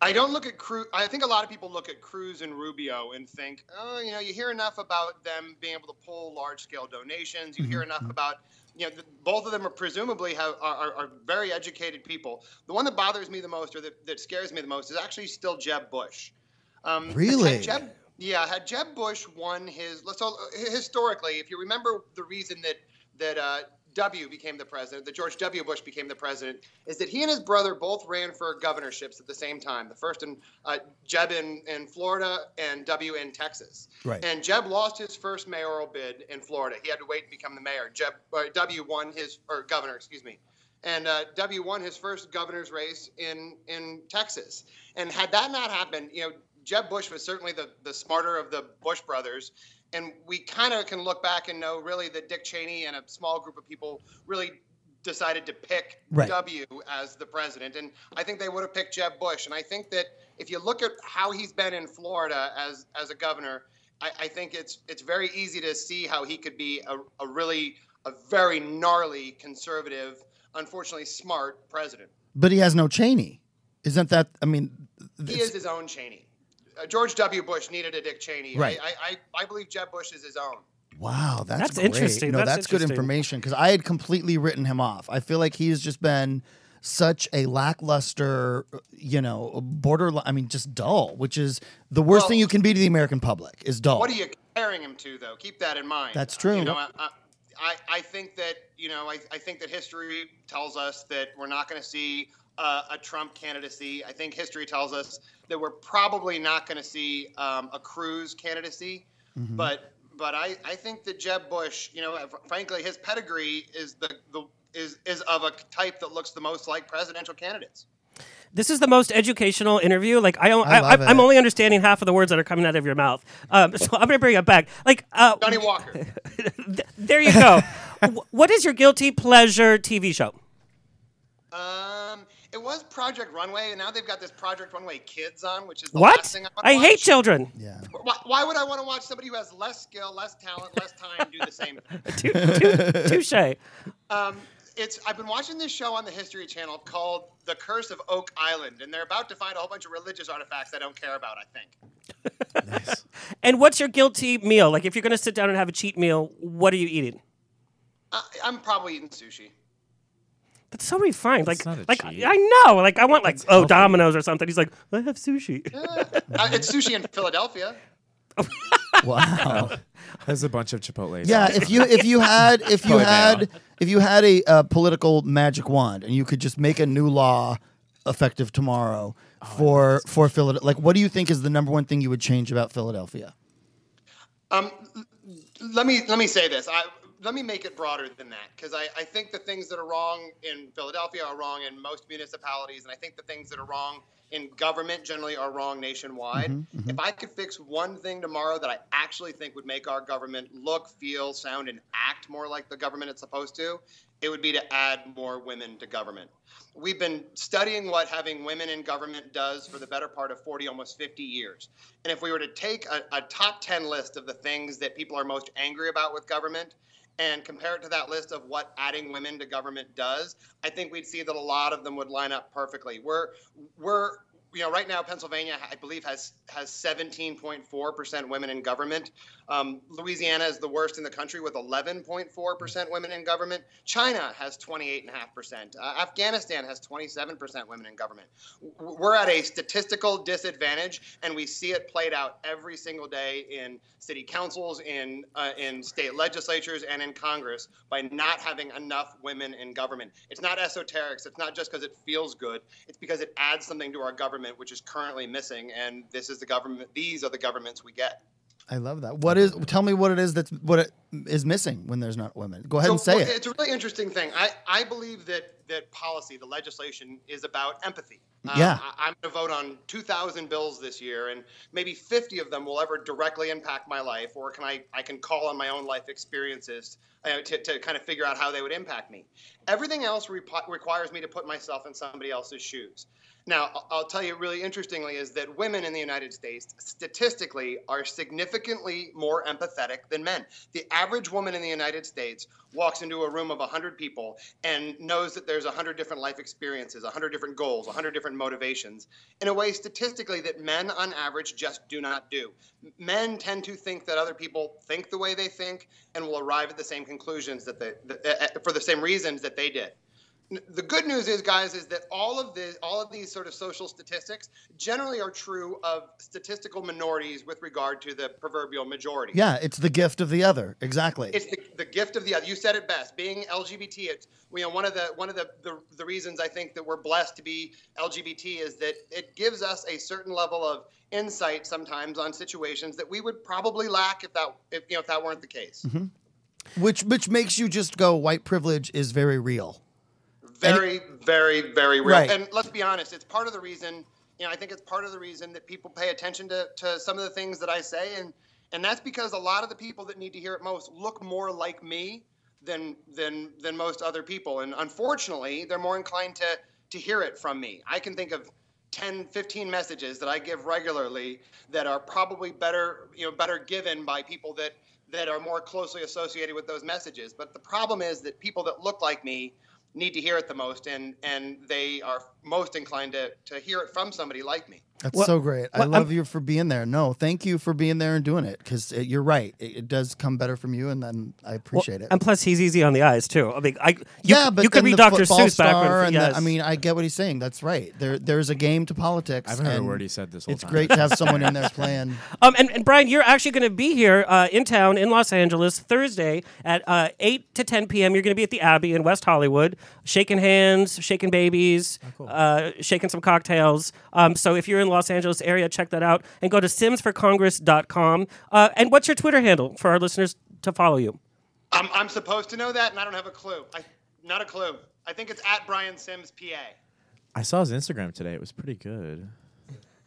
S4: I don't look at Cruz. I think a lot of people look at Cruz and Rubio and think, oh, you know, you hear enough about them being able to pull large-scale donations. You hear enough about, you know, th- both of them are presumably have are, are, are very educated people. The one that bothers me the most, or that, that scares me the most, is actually still Jeb Bush. Um,
S7: Really?
S4: Had Jeb, yeah, had Jeb Bush won his let's all historically, if you remember the reason that that uh, W became the president, that George W. Bush became the president, is that he and his brother both ran for governorships at the same time. The first in uh, Jeb in, in Florida and W in Texas.
S14: Right.
S4: And Jeb lost his first mayoral bid in Florida. He had to wait to become the mayor. Jeb uh, W won his or governor, excuse me. And uh, W won his first governor's race in in Texas. And had that not happened, you know, Jeb Bush was certainly the, the smarter of the Bush brothers. And we kind of can look back and know really that Dick Cheney and a small group of people really decided to pick
S7: Right.
S4: W as the president. And I think they would have picked Jeb Bush. And I think that if you look at how he's been in Florida as, as a governor, I, I think it's it's very easy to see how he could be a, a really a very gnarly conservative, unfortunately smart president.
S7: But he has no Cheney. Isn't that? I mean,
S4: He is his own Cheney. Uh, George W. Bush needed a Dick Cheney. I-
S7: Right.
S4: I, I, I believe Jeb Bush is his own.
S7: wow, that's,
S6: That's
S7: great.
S6: interesting.
S7: No,
S6: That's
S7: that's, good
S6: interesting.
S7: information because I had completely written him off. I feel like he has just been such a lackluster, uh, you know, borderline. I mean, just dull, which is the worst
S4: Well-
S7: thing you can be to the American public is dull.
S4: What are you comparing him to, though? Keep that in mind.
S7: That's true.
S4: You know, I, I- I, I think that you know I, I think that history tells us that we're not going to see uh, a Trump candidacy. I think history tells us that we're probably not going to see um, a Cruz candidacy,
S7: Mm-hmm.
S14: Mhm.
S4: but but I, I think that Jeb Bush, you know, fr- frankly, his pedigree is the, the is is of a type that looks the most like presidential candidates.
S6: This is the most educational interview. Like I, don't,
S4: I
S6: I,
S4: love
S6: I am
S4: it.
S6: only understanding half of the words that are coming out of your mouth. Um, so I'm gonna bring it back. Like uh,
S4: Johnny Walker.
S6: there you go. W- what is your guilty pleasure TV show?
S4: Um, it was Project Runway, and now they've got this Project Runway Kids on, which is the last
S6: What?
S4: thing I want
S6: I hate children.
S7: Yeah.
S4: Why, why would I want to watch somebody who has less skill, less talent, less time do the same thing?
S6: Touche.
S4: Um, it's I've been watching this show on the History Channel called The Curse of Oak Island, and they're about to find a whole bunch of religious artifacts I don't care about. I think.
S6: And what's your guilty meal? Like if you're gonna sit down and have a cheat meal, what are you eating?
S4: I, Uh, I'm probably eating sushi.
S6: That's so refined. Like,
S4: not a
S6: like
S4: cheat.
S6: I know. Like I want like oh Domino's or something. He's like I have sushi.
S4: Uh, it's sushi in Philadelphia.
S7: Wow.
S10: There's a bunch of Chipotle.
S7: Yeah, if you if you had if you
S10: Probably
S7: had if you had a uh, political magic wand and you could just make a new law effective tomorrow for for Philadelphia, like what do you think is the number one thing you would change about Philadelphia?
S4: Um, l- let me let me say this. I let me make it broader than that because I, I think the things that are wrong in Philadelphia are wrong in most municipalities, and I think the things that are wrong in government generally are wrong nationwide.
S14: Mhm, mhm.
S4: If I could fix one thing tomorrow that I actually think would make our government look, feel, sound, and act more like the government it's supposed to, it would be to add more women to government. We've been studying what having women in government does for the better part of 40, almost 50 years. And if we were to take a, a top 10 list of the things that people are most angry about with government and compare it to that list of what adding women to government does, I think we'd see that a lot of them would line up perfectly. We're, we're, you know, right now Pennsylvania, I believe, has has 17.4 percent women in government. Um, Louisiana is the worst in the country with 11.4 percent women in government. China has 28.5 percent. Uh, Afghanistan has 27 percent women in government. W- We're at a statistical disadvantage, and we see it played out every single day in city councils, in uh, in state legislatures, and in Congress by not having enough women in government. It's not esoterics. It's not just because it feels good. It's because it adds something to our government, which is currently missing. And this is the government. These are the governments we get.
S7: I love that. What is? Tell me what it is that's what it is missing when there's not women. Go ahead and
S4: So,
S7: say
S4: well,
S7: it.
S4: It's a really interesting thing. I, I believe that that policy, the legislation, is about empathy. Uh,
S7: Yeah.
S4: I, I'm going to vote on 2,000 bills this year, and maybe 50 of them will ever directly impact my life, or can I I can call on my own life experiences uh, to, to kind of figure out how they would impact me. Everything else repo- requires me to put myself in somebody else's shoes. Now, I'll- I'll tell you really interestingly is that women in the United States statistically are significantly more empathetic than men. The average woman in the United States walks into a room of 100 people and knows that there's 100 different life experiences, 100 different goals, 100 different motivations in a way statistically that men on average just do not do. M- Men tend to think that other people think the way they think and will arrive at the same conclusions that they, the, uh, for the same reasons that they did the good news is guys is that all of the all of these sort of social statistics generally are true of statistical minorities with regard to the proverbial majority
S7: Yeah, it's the gift of the other. Exactly.
S4: it's the, the gift of the other. You said it best. Being LGBT, it's you know one of the one of the, the the reasons I think that we're blessed to be LGBT is that it gives us a certain level of insight sometimes on situations that we would probably lack if that if you know if that weren't the case.
S7: Mhm. Which which makes you just go. White privilege is very real.
S4: very, very, very real.
S7: Right.
S4: And let's be honest, it's part of the reason. You know, I think it's part of the reason that people pay attention to, to some of the things that I say, and and that's because a lot of the people that need to hear it most look more like me than than than most other people, and unfortunately, they're more inclined to to hear it from me. I can think of 10 15 messages that I give regularly that are probably better you know better given by people that that are more closely associated with those messages but the problem is that people that look like me need to hear it the most and and they are most inclined to to hear it from somebody like me
S7: That's
S6: Well-
S7: so great. I
S6: well,
S7: love
S6: I'm-
S7: you for being there. No, thank you for being there and doing it because you're right. It, it does come better from you, and then I
S6: Well,
S7: appreciate it.
S6: And plus, he's easy on the eyes too. I mean, I you,
S7: yeah,
S6: c-
S7: but
S6: you could
S7: then
S6: be
S7: the
S6: Dr.
S7: football
S6: Seuss
S7: star
S6: backwards.
S7: and the-
S6: Yes.
S7: I mean, I get what he's saying. That's right. There, there's a game to politics.
S10: I haven't heard a
S7: and
S10: word he said this whole
S7: It's
S10: time.
S7: great to have someone in there playing.
S6: Um, and, and Brian, you're actually going to be here uh, in town in Los Angeles Thursday at uh, 8 to 10 p.m. You're going to be at the Abbey in West Hollywood, shaking hands, shaking babies, uh, shaking some cocktails. Um, so if you're in Los Angeles area, check that out and go to simsforcongress.com. Uh, and what's your Twitter handle for our listeners to follow you?
S4: I'm, I'm supposed to know that, and I don't have a clue. I, not a clue. I think it's at Brian Sims PA.
S10: I saw his Instagram today. It was pretty good.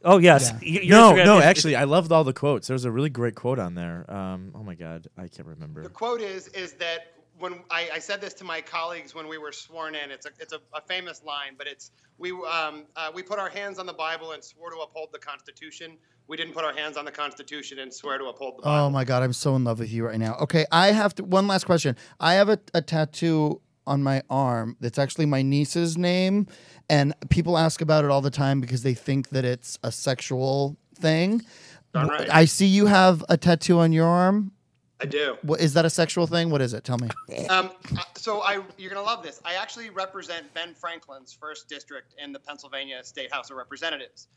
S6: Oh, yes. Y- your
S10: no,
S6: Instagram
S10: no.
S6: is-
S10: actually, I loved all the quotes. There was a really great quote on there. Um, oh my god, I can't remember.
S4: The quote is is that when I, I said this to my colleagues when we were sworn in. It's a it's a, a famous line, but it's we um, uh, we put our hands on the Bible and swore to uphold the Constitution. We didn't put our hands on the Constitution and swear to uphold the Bible.
S7: Oh my god, I'm so in love with you right now. Okay, I have to. One last question. I have a, a tattoo on my arm that's actually my niece's name, and people ask about it all the time because they think that it's a sexual thing.
S4: Darn right.
S7: I see you have a tattoo on your arm.
S4: I do.
S7: What is that a sexual thing? What is it? Tell me.
S4: Um, uh, so I you're gonna love this. I actually represent Ben Franklin's first district in the Pennsylvania State House of Representatives.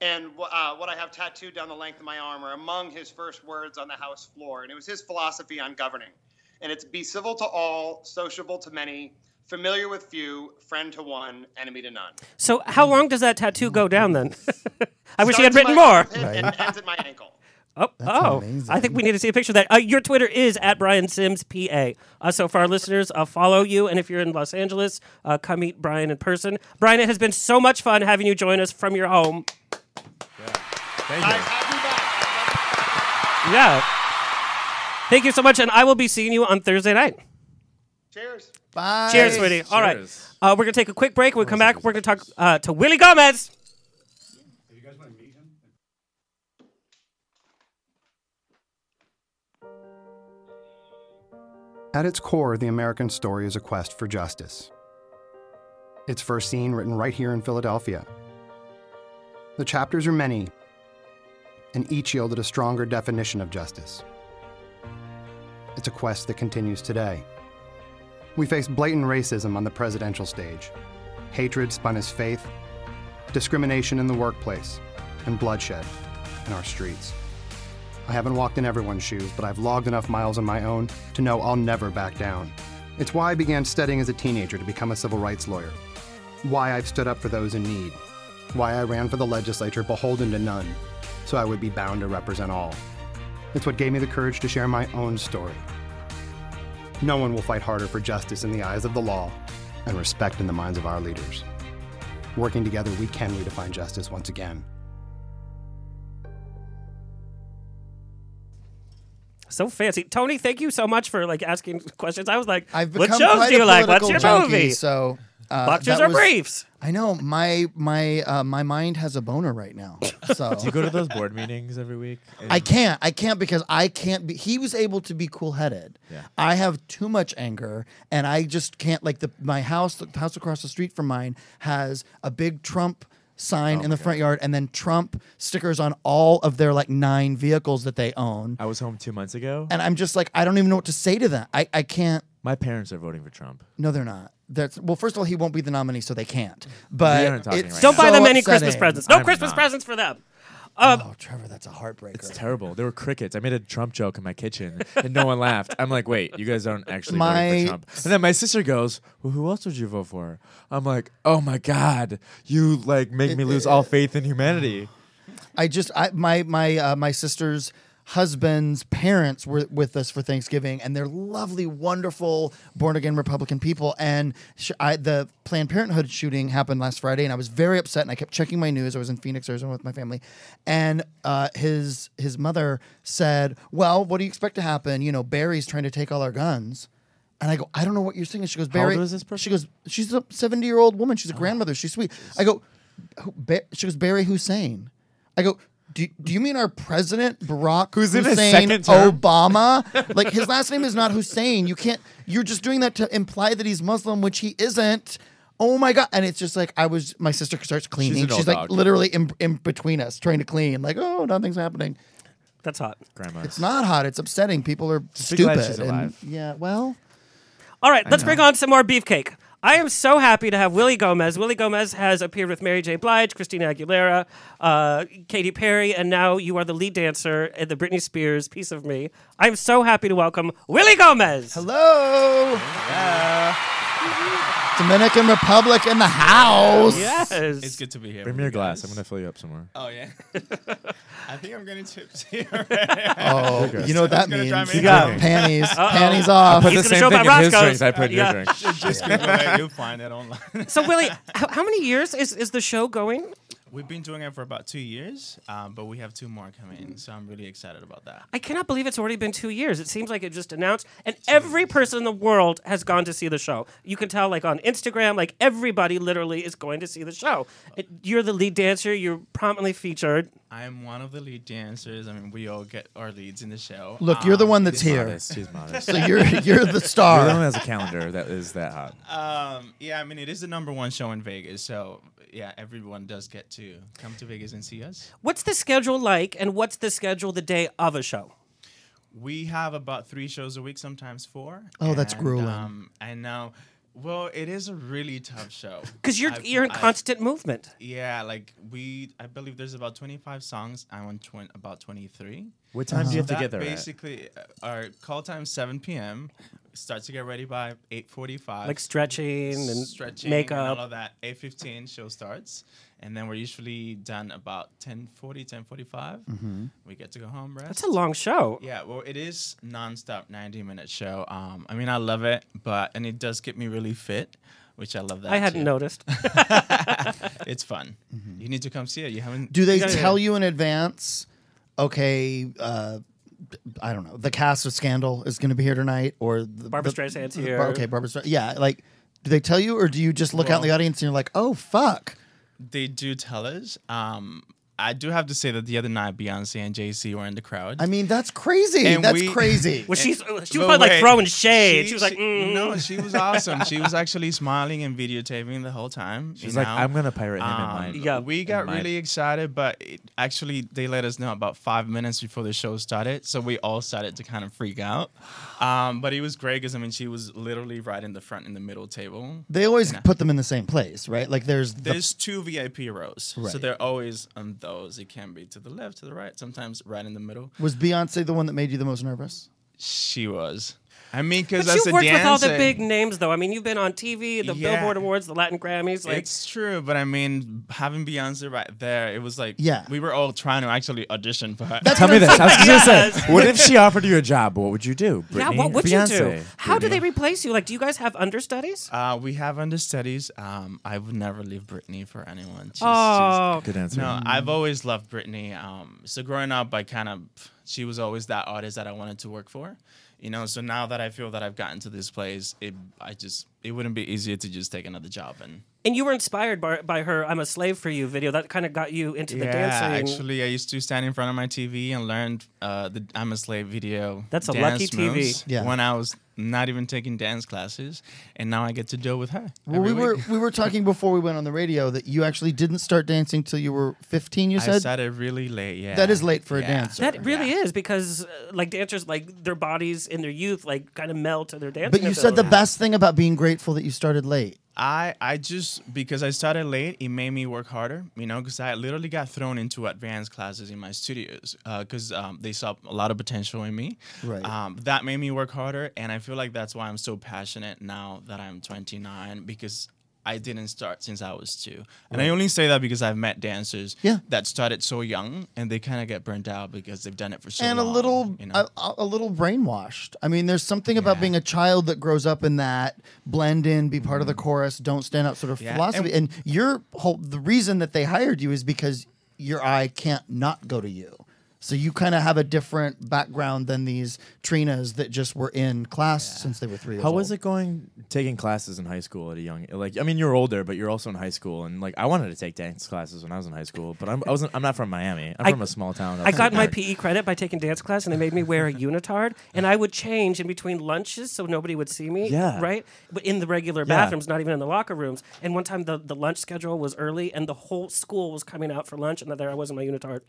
S4: And wh- uh, what I have tattooed down the length of my arm are among his first words on the House floor. And it was his philosophy on governing. And it's be civil to all, sociable to many, familiar with few, friend to one, enemy to none.
S6: So how long does that tattoo go down then? I wish he had
S4: Starts at
S6: written
S4: my
S6: more.
S4: armpit And ends at my ankle.
S6: Oh, oh. I think we need to see a picture of that. Uh, your Twitter is at Brian Sims PA. Uh, so for our listeners, uh, follow you, and if you're in Los Angeles, uh, come meet Brian in person. Brian, it has been so much fun having you join us from your home.
S10: Thank
S4: you.
S6: Yeah. Thank you so much, and I will be seeing you on Thursday night.
S4: Cheers.
S7: Bye.
S6: Cheers, sweetie. All right, uh, we're gonna take a quick break. When we come back, we're gonna talk uh, to Willie Gomez.
S14: At its core, the American story is a quest for justice. It's first seen written right here in Philadelphia. The chapters are many, and each yielded a stronger definition of justice. It's a quest that continues today. We face blatant racism on the presidential stage, hatred spun as faith, discrimination in the workplace, and bloodshed in our streets. I haven't walked in everyone's shoes, but I've logged enough miles on my own to know I'll never back down. It's why I began studying as a teenager to become a civil rights lawyer, why I've stood up for those in need, why I ran for the legislature beholden to none, so I would be bound to represent all. It's what gave me the courage to share my own story. No one will fight harder for justice in the eyes of the law and respect in the minds of our leaders. Working together, we can redefine justice once again.
S6: So fancy, Tony. Thank you so much for like asking questions. I was like,
S7: I've
S6: "What
S7: become
S6: shows
S7: quite
S6: do you
S7: a
S6: like? What's
S7: political
S6: your
S7: junkie,
S6: movie?"
S7: So uh,
S6: boxers
S7: that
S6: or
S7: was-
S6: briefs.
S7: I know my my uh, my mind has a boner right now. So
S10: Do you go to those board meetings every week?
S7: I can't. I can't because I can't be. He was able to be cool headed.
S10: Yeah.
S7: I have too much anger, and I just can't. Like the my house, the house across the street from mine has a big Trump
S10: Oh
S7: sign in the front yard, and then Trump stickers on all of their like nine vehicles that they own.
S10: I was home two months ago.
S7: And I'm just like, I don't even know what to say to that. I I can't.
S10: My parents are voting for Trump.
S7: No, they're not. That's well. First of all, he won't be the nominee, so they can't. But
S10: aren't talking
S7: it's
S10: right
S6: Don't buy
S7: so
S6: them any
S7: upsetting.
S6: Christmas presents. No Christmas presents for them. Um,
S7: oh, Trevor, that's a heartbreaker.
S10: It's terrible. There were crickets. I made a Trump joke in my kitchen and no one laughed. I'm like, wait, you guys aren't actually voting
S7: My-
S10: for Trump. And then my sister goes, well, who else would you vote for? I'm like, oh my god, you like make me lose all faith in humanity.
S7: I just I my my uh, my sister's husband's parents were with us for Thanksgiving, and they're lovely, wonderful born again Republican people. And sh- I, the Planned Parenthood shooting happened last Friday, and I was very upset. And I kept checking my news. I was in Phoenix, Arizona, with my family, and uh, his his mother said, "Well, what do you expect to happen? You know, Barry's trying to take all our guns." And I go, I don't know what you're saying. And She goes,
S10: How old
S7: Barry.
S10: was this
S7: She goes, she's a 70 year old woman.
S10: Oh,
S7: She's a grandmother. She's sweet. I go, who, ba- she goes, Barry Hussein. I go, do, do you mean our president, Barack
S10: Who's in his
S7: Hussein
S10: second term?
S7: Obama? like his last name is not Hussein. You can't. You're just doing that to imply that he's Muslim, which he isn't. oh my god! And it's just like I was. My sister starts cleaning.
S10: an
S7: She's,
S10: old
S7: like
S10: dog.
S7: literally in, in between us, trying to clean. Like, oh, nothing's happening.
S6: That's hot.
S10: Grandma.
S7: It's not hot. It's upsetting. People are
S10: Just be
S7: stupid.
S10: glad she's
S7: and-
S10: alive.
S7: yeah. Well,
S6: All right,
S7: I
S6: let's
S7: know.
S6: bring on some more beefcake. I am so happy to have Willie Gomez. Willie Gomez has appeared with Mary J. Blige, Christina Aguilera, uh, Katy Perry, and now you are the lead dancer in the Britney Spears piece of me. I'm so happy to welcome Willie Gomez.
S7: Hello. Dominican Republic in the house.
S6: Yes.
S8: It's good to be here.
S10: Bring
S8: with
S10: me
S8: you
S10: your glass.
S8: guys.
S10: I'm gonna fill you up somewhere.
S8: Oh yeah. I think I'm getting tipsy.
S7: Oh,
S8: already.
S7: you know what that
S8: It's gonna
S7: means?
S8: drive me
S7: You got
S8: insane.
S7: panties- Uh-oh. panties off. I put the
S6: same thing in his drinks I
S10: put in your drink.
S8: Just Google it. You'll find it online.
S6: so, Willie, how, how many years is, is the show going?
S8: We've been doing it for about two years, um, but we have two more coming, so I'm really excited about that.
S6: I cannot believe it's already been two years. It seems like it just announced, and every person in the world has gone to see the show. You can tell, like on Instagram, like everybody literally is going to see the show. It- you're the lead dancer. You're prominently featured.
S8: I am one of the lead dancers. I mean, we all get our leads in the show.
S7: Look, you're the
S8: Um,
S7: one that's
S10: He's
S7: here.
S10: modest. He's modest.
S7: So you're you're the star.
S10: You're the one that has a calendar that is that hot.
S8: Um, yeah, I mean, it is the number one show in Vegas, so yeah, everyone does get to come to Vegas and see us.
S6: What's the schedule like, and what's the schedule the day of a show?
S8: We have about three shows a week, sometimes four.
S7: Oh, that's
S8: and,
S7: grueling.
S8: Um, I know. Well, it is a really tough show
S6: 'Cause you're-
S8: I've-
S6: you're in constant movement.
S8: Yeah, like we, I believe there's about 25 songs. I'm on twen- about 23.
S10: What time do you have to
S8: that
S10: get there at?
S8: Basically, uh, our call time 7 p.m. Start to get ready by 8:45.
S6: Like stretching and
S8: stretching
S6: makeup.
S8: and all of that. 8:15 show starts, and then we're usually done about 10:40, 10:45.
S6: Mhm.
S8: We get to go home. Rest.
S6: That's a long show.
S8: Yeah, well, it is nonstop, 90 minute show. Um, I mean, I love it, but and it does get me really fit, which I love that.
S6: I hadn't
S8: too.
S6: noticed.
S8: it's fun. You need to come see it. You haven't.
S7: Do they tell you in advance? Okay, uh, I don't know. The cast of Scandal is going to be here tonight, or the,
S6: Barbra
S7: the-
S6: Streisand's
S7: the-
S6: here.
S7: Okay, Barbara Streisand. Yeah, like, do they tell you, or do you just look out in the
S8: Well-
S7: audience and you're like, oh fuck?
S8: They do tell us. Um, I do have to say that the other night, Beyonce and Jay Z were in the crowd.
S7: I mean, that's crazy.
S8: And
S7: that's
S8: we-
S7: crazy.
S6: Well, she's- she was
S8: But
S6: probably, like,
S8: wait,
S6: throwing shade. She was like, mm.
S8: no, she was awesome. she was actually smiling and videotaping the whole time.
S10: She's
S8: you
S10: like,
S8: know? um,
S10: "I'm gonna pirate him in mine."
S6: mm.
S8: Yeah, we got
S10: mine."
S8: really excited, but it, actually, they let us know about five minutes before the show started, so we all started to kind of freak out. Um, but it was great because I mean, she was literally right in the front, in the middle table.
S7: They always put them in the same place, right? Like, there's the
S8: There's two VIP rows, so
S7: Right.
S8: they're always on those. It can be to the left, to the right, sometimes right in the middle.
S7: was Beyonce the one that made you the most nervous?
S8: She was. I mean, because
S6: But
S8: that's
S6: you've
S8: a
S6: worked with all the
S8: dancer.
S6: big names, though. I mean, you've been on TV, the
S8: Yeah.
S6: Billboard Awards, the Latin Grammys. Like,
S8: it's true, but I mean, having Beyonce right there, it was like,
S10: Yeah.
S8: we were all trying to actually audition for her.
S10: Tell me this. I was gonna say, what if she offered you a job? What would you do?
S6: yeah,
S10: Britney?
S6: what would you do?
S10: Beyonce.
S6: How do they replace you? Like, do you guys have understudies?
S8: Uh, we have understudies. Um, I would never leave Britney for anyone. She's- she's-
S6: Oh. Good
S10: answer.
S8: No,
S10: Mm.
S8: I've always loved Britney. Um, so growing up, I kind of she was always that artist that I wanted to work for. You know, so now that I feel that I've gotten to this place, it I just it wouldn't be easier to just take another job and
S6: And you were inspired by, by her "I'm a slave for you" video. That kind of got you into the dancing.
S8: actually, I used to stand in front of my TV and learned uh, the "I'm a Slave" video.
S6: That's a
S8: dance
S6: lucky TV.
S8: moves
S6: Yeah.
S8: When I was not even taking dance classes, and now I get to deal with her.
S7: Well, we
S8: every
S7: were
S8: week.
S7: we were talking before we went on the radio that you actually didn't start dancing till you were 15. You said
S8: I started really late. Yeah,
S7: That is late for a
S8: Yeah.
S7: dancer.
S6: that really is because, uh, like dancers, like their bodies in their youth, like kind of meld to their dancing.
S7: But you said the
S6: ability.
S7: best thing about being grateful that you started late.
S8: I I just because I started late, it made me work harder, you know, because I literally got thrown into advanced classes in my studios because um, they saw a lot of potential in me.
S7: Right.
S8: Um, that made me work harder, and I feel like that's why I'm so passionate now that I'm 29 because. I didn't start since I was two, and I
S10: Right.
S8: only say that because I've met dancers
S7: Yeah.
S8: that started so young, and they kind of get burnt out because they've done it for so
S7: and
S8: long.
S7: a little a, a little brainwashed. I mean, there's something about being a child that grows up in that blend in, be part of the
S10: Mm.
S7: chorus, don't stand out sort of
S8: Yeah,
S7: philosophy. And,
S8: and-
S7: your whole the reason that they hired you is because your eye can't not go to you. So you kind of have a different background than these Trinas that just were in class since they were three years
S10: How
S7: old.
S10: was it going taking classes in high school at a young like I mean you're older but you're also in high school and like I wanted to take dance classes when I was in high school but I'm I wasn't I'm not from Miami I'm
S6: I-
S10: from a small town
S6: I got
S10: outside
S6: my
S10: Pittsburgh.
S6: PE credit by taking dance class, and they made me wear a unitard, and I would change in between lunches so nobody would see me.
S10: Yeah.
S6: Right. But in the regular
S10: Yeah.
S6: bathrooms, not even in the locker rooms. And one time the, the lunch schedule was early, and the whole school was coming out for lunch, and there I was in my unitard.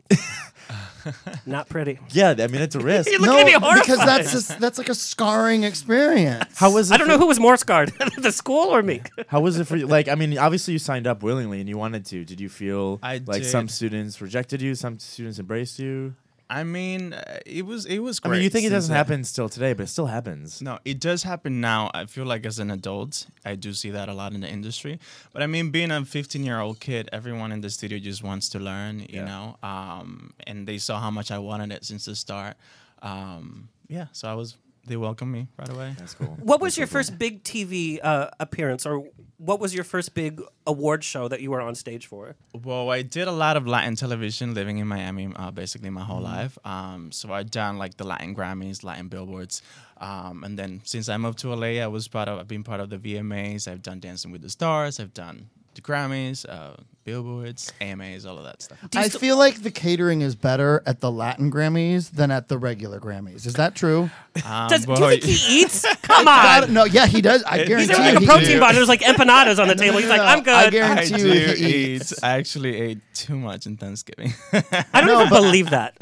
S6: not pretty.
S10: yeah I mean it's a risk
S6: You look at me horrified.
S7: because that's just, that's like a scarring experience.
S10: How was it
S6: I don't
S10: for-
S6: know who was more scarred, the school or me.
S10: How was it for you? Like, I mean, obviously you signed up willingly and you wanted to. Did you feel
S8: I
S10: like some
S8: did.
S10: students rejected you, some students embraced you?
S8: I mean, uh, it was it was.
S10: I
S8: Great
S10: mean, you think it
S8: since
S10: doesn't
S8: then.
S10: happen still today, but it still happens.
S8: No, it does happen now. I feel like as an adult, I do see that a lot in the industry. But I mean, being a 15 year old kid, everyone in the studio just wants to learn, you know? Um, and they saw how much I wanted it since the start. Um, yeah, so I was, they welcomed me right away.
S10: That's cool.
S6: What was your first big TV uh, appearance, or what was your first big award show that you were on stage for?
S8: Well, I did a lot of Latin television living in Miami uh, basically my whole
S6: Mhm.
S8: life. Um, so i done like the Latin Grammys, Latin billboards. Um, and then since I moved to LA, I was part of, I've been part of the VMAs. I've done Dancing with the Stars. I've done the Grammys, uh, billboards, AMAs, all of that stuff.
S7: I feel like the catering is better at the Latin Grammys than at the regular Grammys. Is that true?
S8: Um,
S6: Does, do you
S8: boy,
S6: think he eats? Come
S7: I got it.
S6: on.
S7: No, yeah, he does. I
S6: He's
S7: guarantee.
S6: there with like a
S7: he-
S6: protein bar. There's like empanadas on the table. He's like, I'm good.
S7: I guarantee
S8: I
S7: you
S8: do
S7: he
S8: eat. I actually ate too much in Thanksgiving.
S6: I don't even believe that.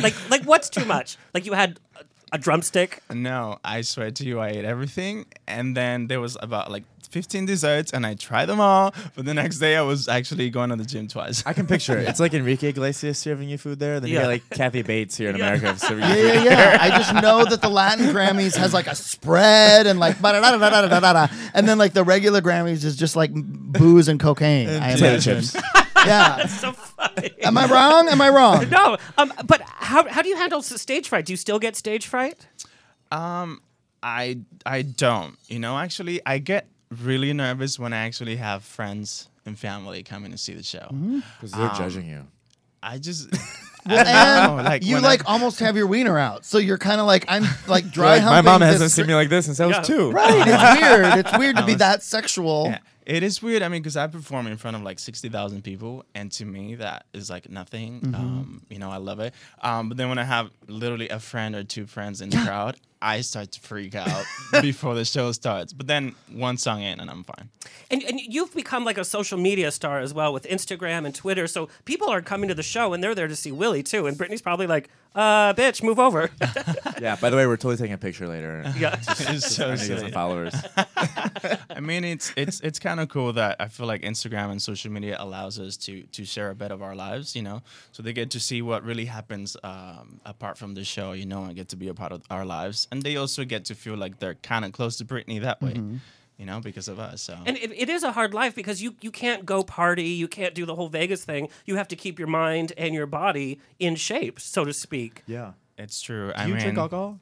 S6: Like, like what's too much? Like you had a, a drumstick.
S8: No, I swear to you, I ate everything, and then there was about like 15 desserts, and I tried them all. But the next day, I was actually going to the gym twice.
S10: I can picture it. It's like Enrique Iglesias serving you food there. Then you
S8: Yeah.
S10: got like Kathy Bates here in
S8: Yeah.
S10: America serving
S7: Yeah,
S10: you
S7: yeah,
S10: food.
S7: yeah. I just know that the Latin Grammys has like a spread and like ba-da-da-da-da-da-da-da. and then like the regular Grammys is just like booze and cocaine. I
S10: potato
S7: imagine.
S10: chips.
S7: yeah. That's so funny. Am I wrong? Am I wrong?
S6: No. Um, but how, how do you handle s- stage fright? Do you still get stage fright?
S8: Um, I I don't. You know, actually, I get really nervous when I actually have friends and family coming to see the show
S10: 'Cause they're judging you.
S8: I just.
S7: Well,
S8: I don't
S7: and
S8: know, like
S7: you
S8: when I-
S7: like almost have your wiener out, so you're kind of like I'm like dry
S10: Like, my
S7: humping
S10: mom
S7: this
S10: hasn't seen
S7: gr-
S10: me like this since I was
S7: Yeah.
S10: two.
S7: Right, it's weird. It's weird to be
S8: Honest-
S7: that sexual.
S8: Yeah, it is weird. I mean, because I perform in front of like sixty thousand people, and to me, that is like nothing.
S7: Mhm.
S8: Um, you know, I love it. Um, but then when I have literally a friend or two friends in the crowd, I start to freak out before the show starts. But then one song in, and I'm fine.
S6: And, and you've become like a social media star as well with Instagram and Twitter. So people are coming to the show and they're there to see Willie too. And Brittany's probably like, uh, bitch, move over.
S10: Yeah. By the way, we're totally taking a picture later.
S6: Yeah.
S10: Just-
S8: It's
S10: just
S8: so
S10: trying to get some
S8: silly.
S10: followers.
S8: I mean, it's it's it's kind of cool that I feel like Instagram and social media allows us to to share a bit of our lives, you know. So they get to see what really happens um, apart from the show, you know, and get to be a part of our lives, and they also get to feel like they're kind of close to Britney that way,
S6: Mhm.
S8: you know, because of us. So
S6: And it, it is a hard life because you, you can't go party, you can't do the whole Vegas thing. You have to keep your mind and your body in shape, so to speak.
S10: Yeah.
S8: it's true.
S10: Do
S8: I
S10: you drink
S8: mean,
S10: alcohol?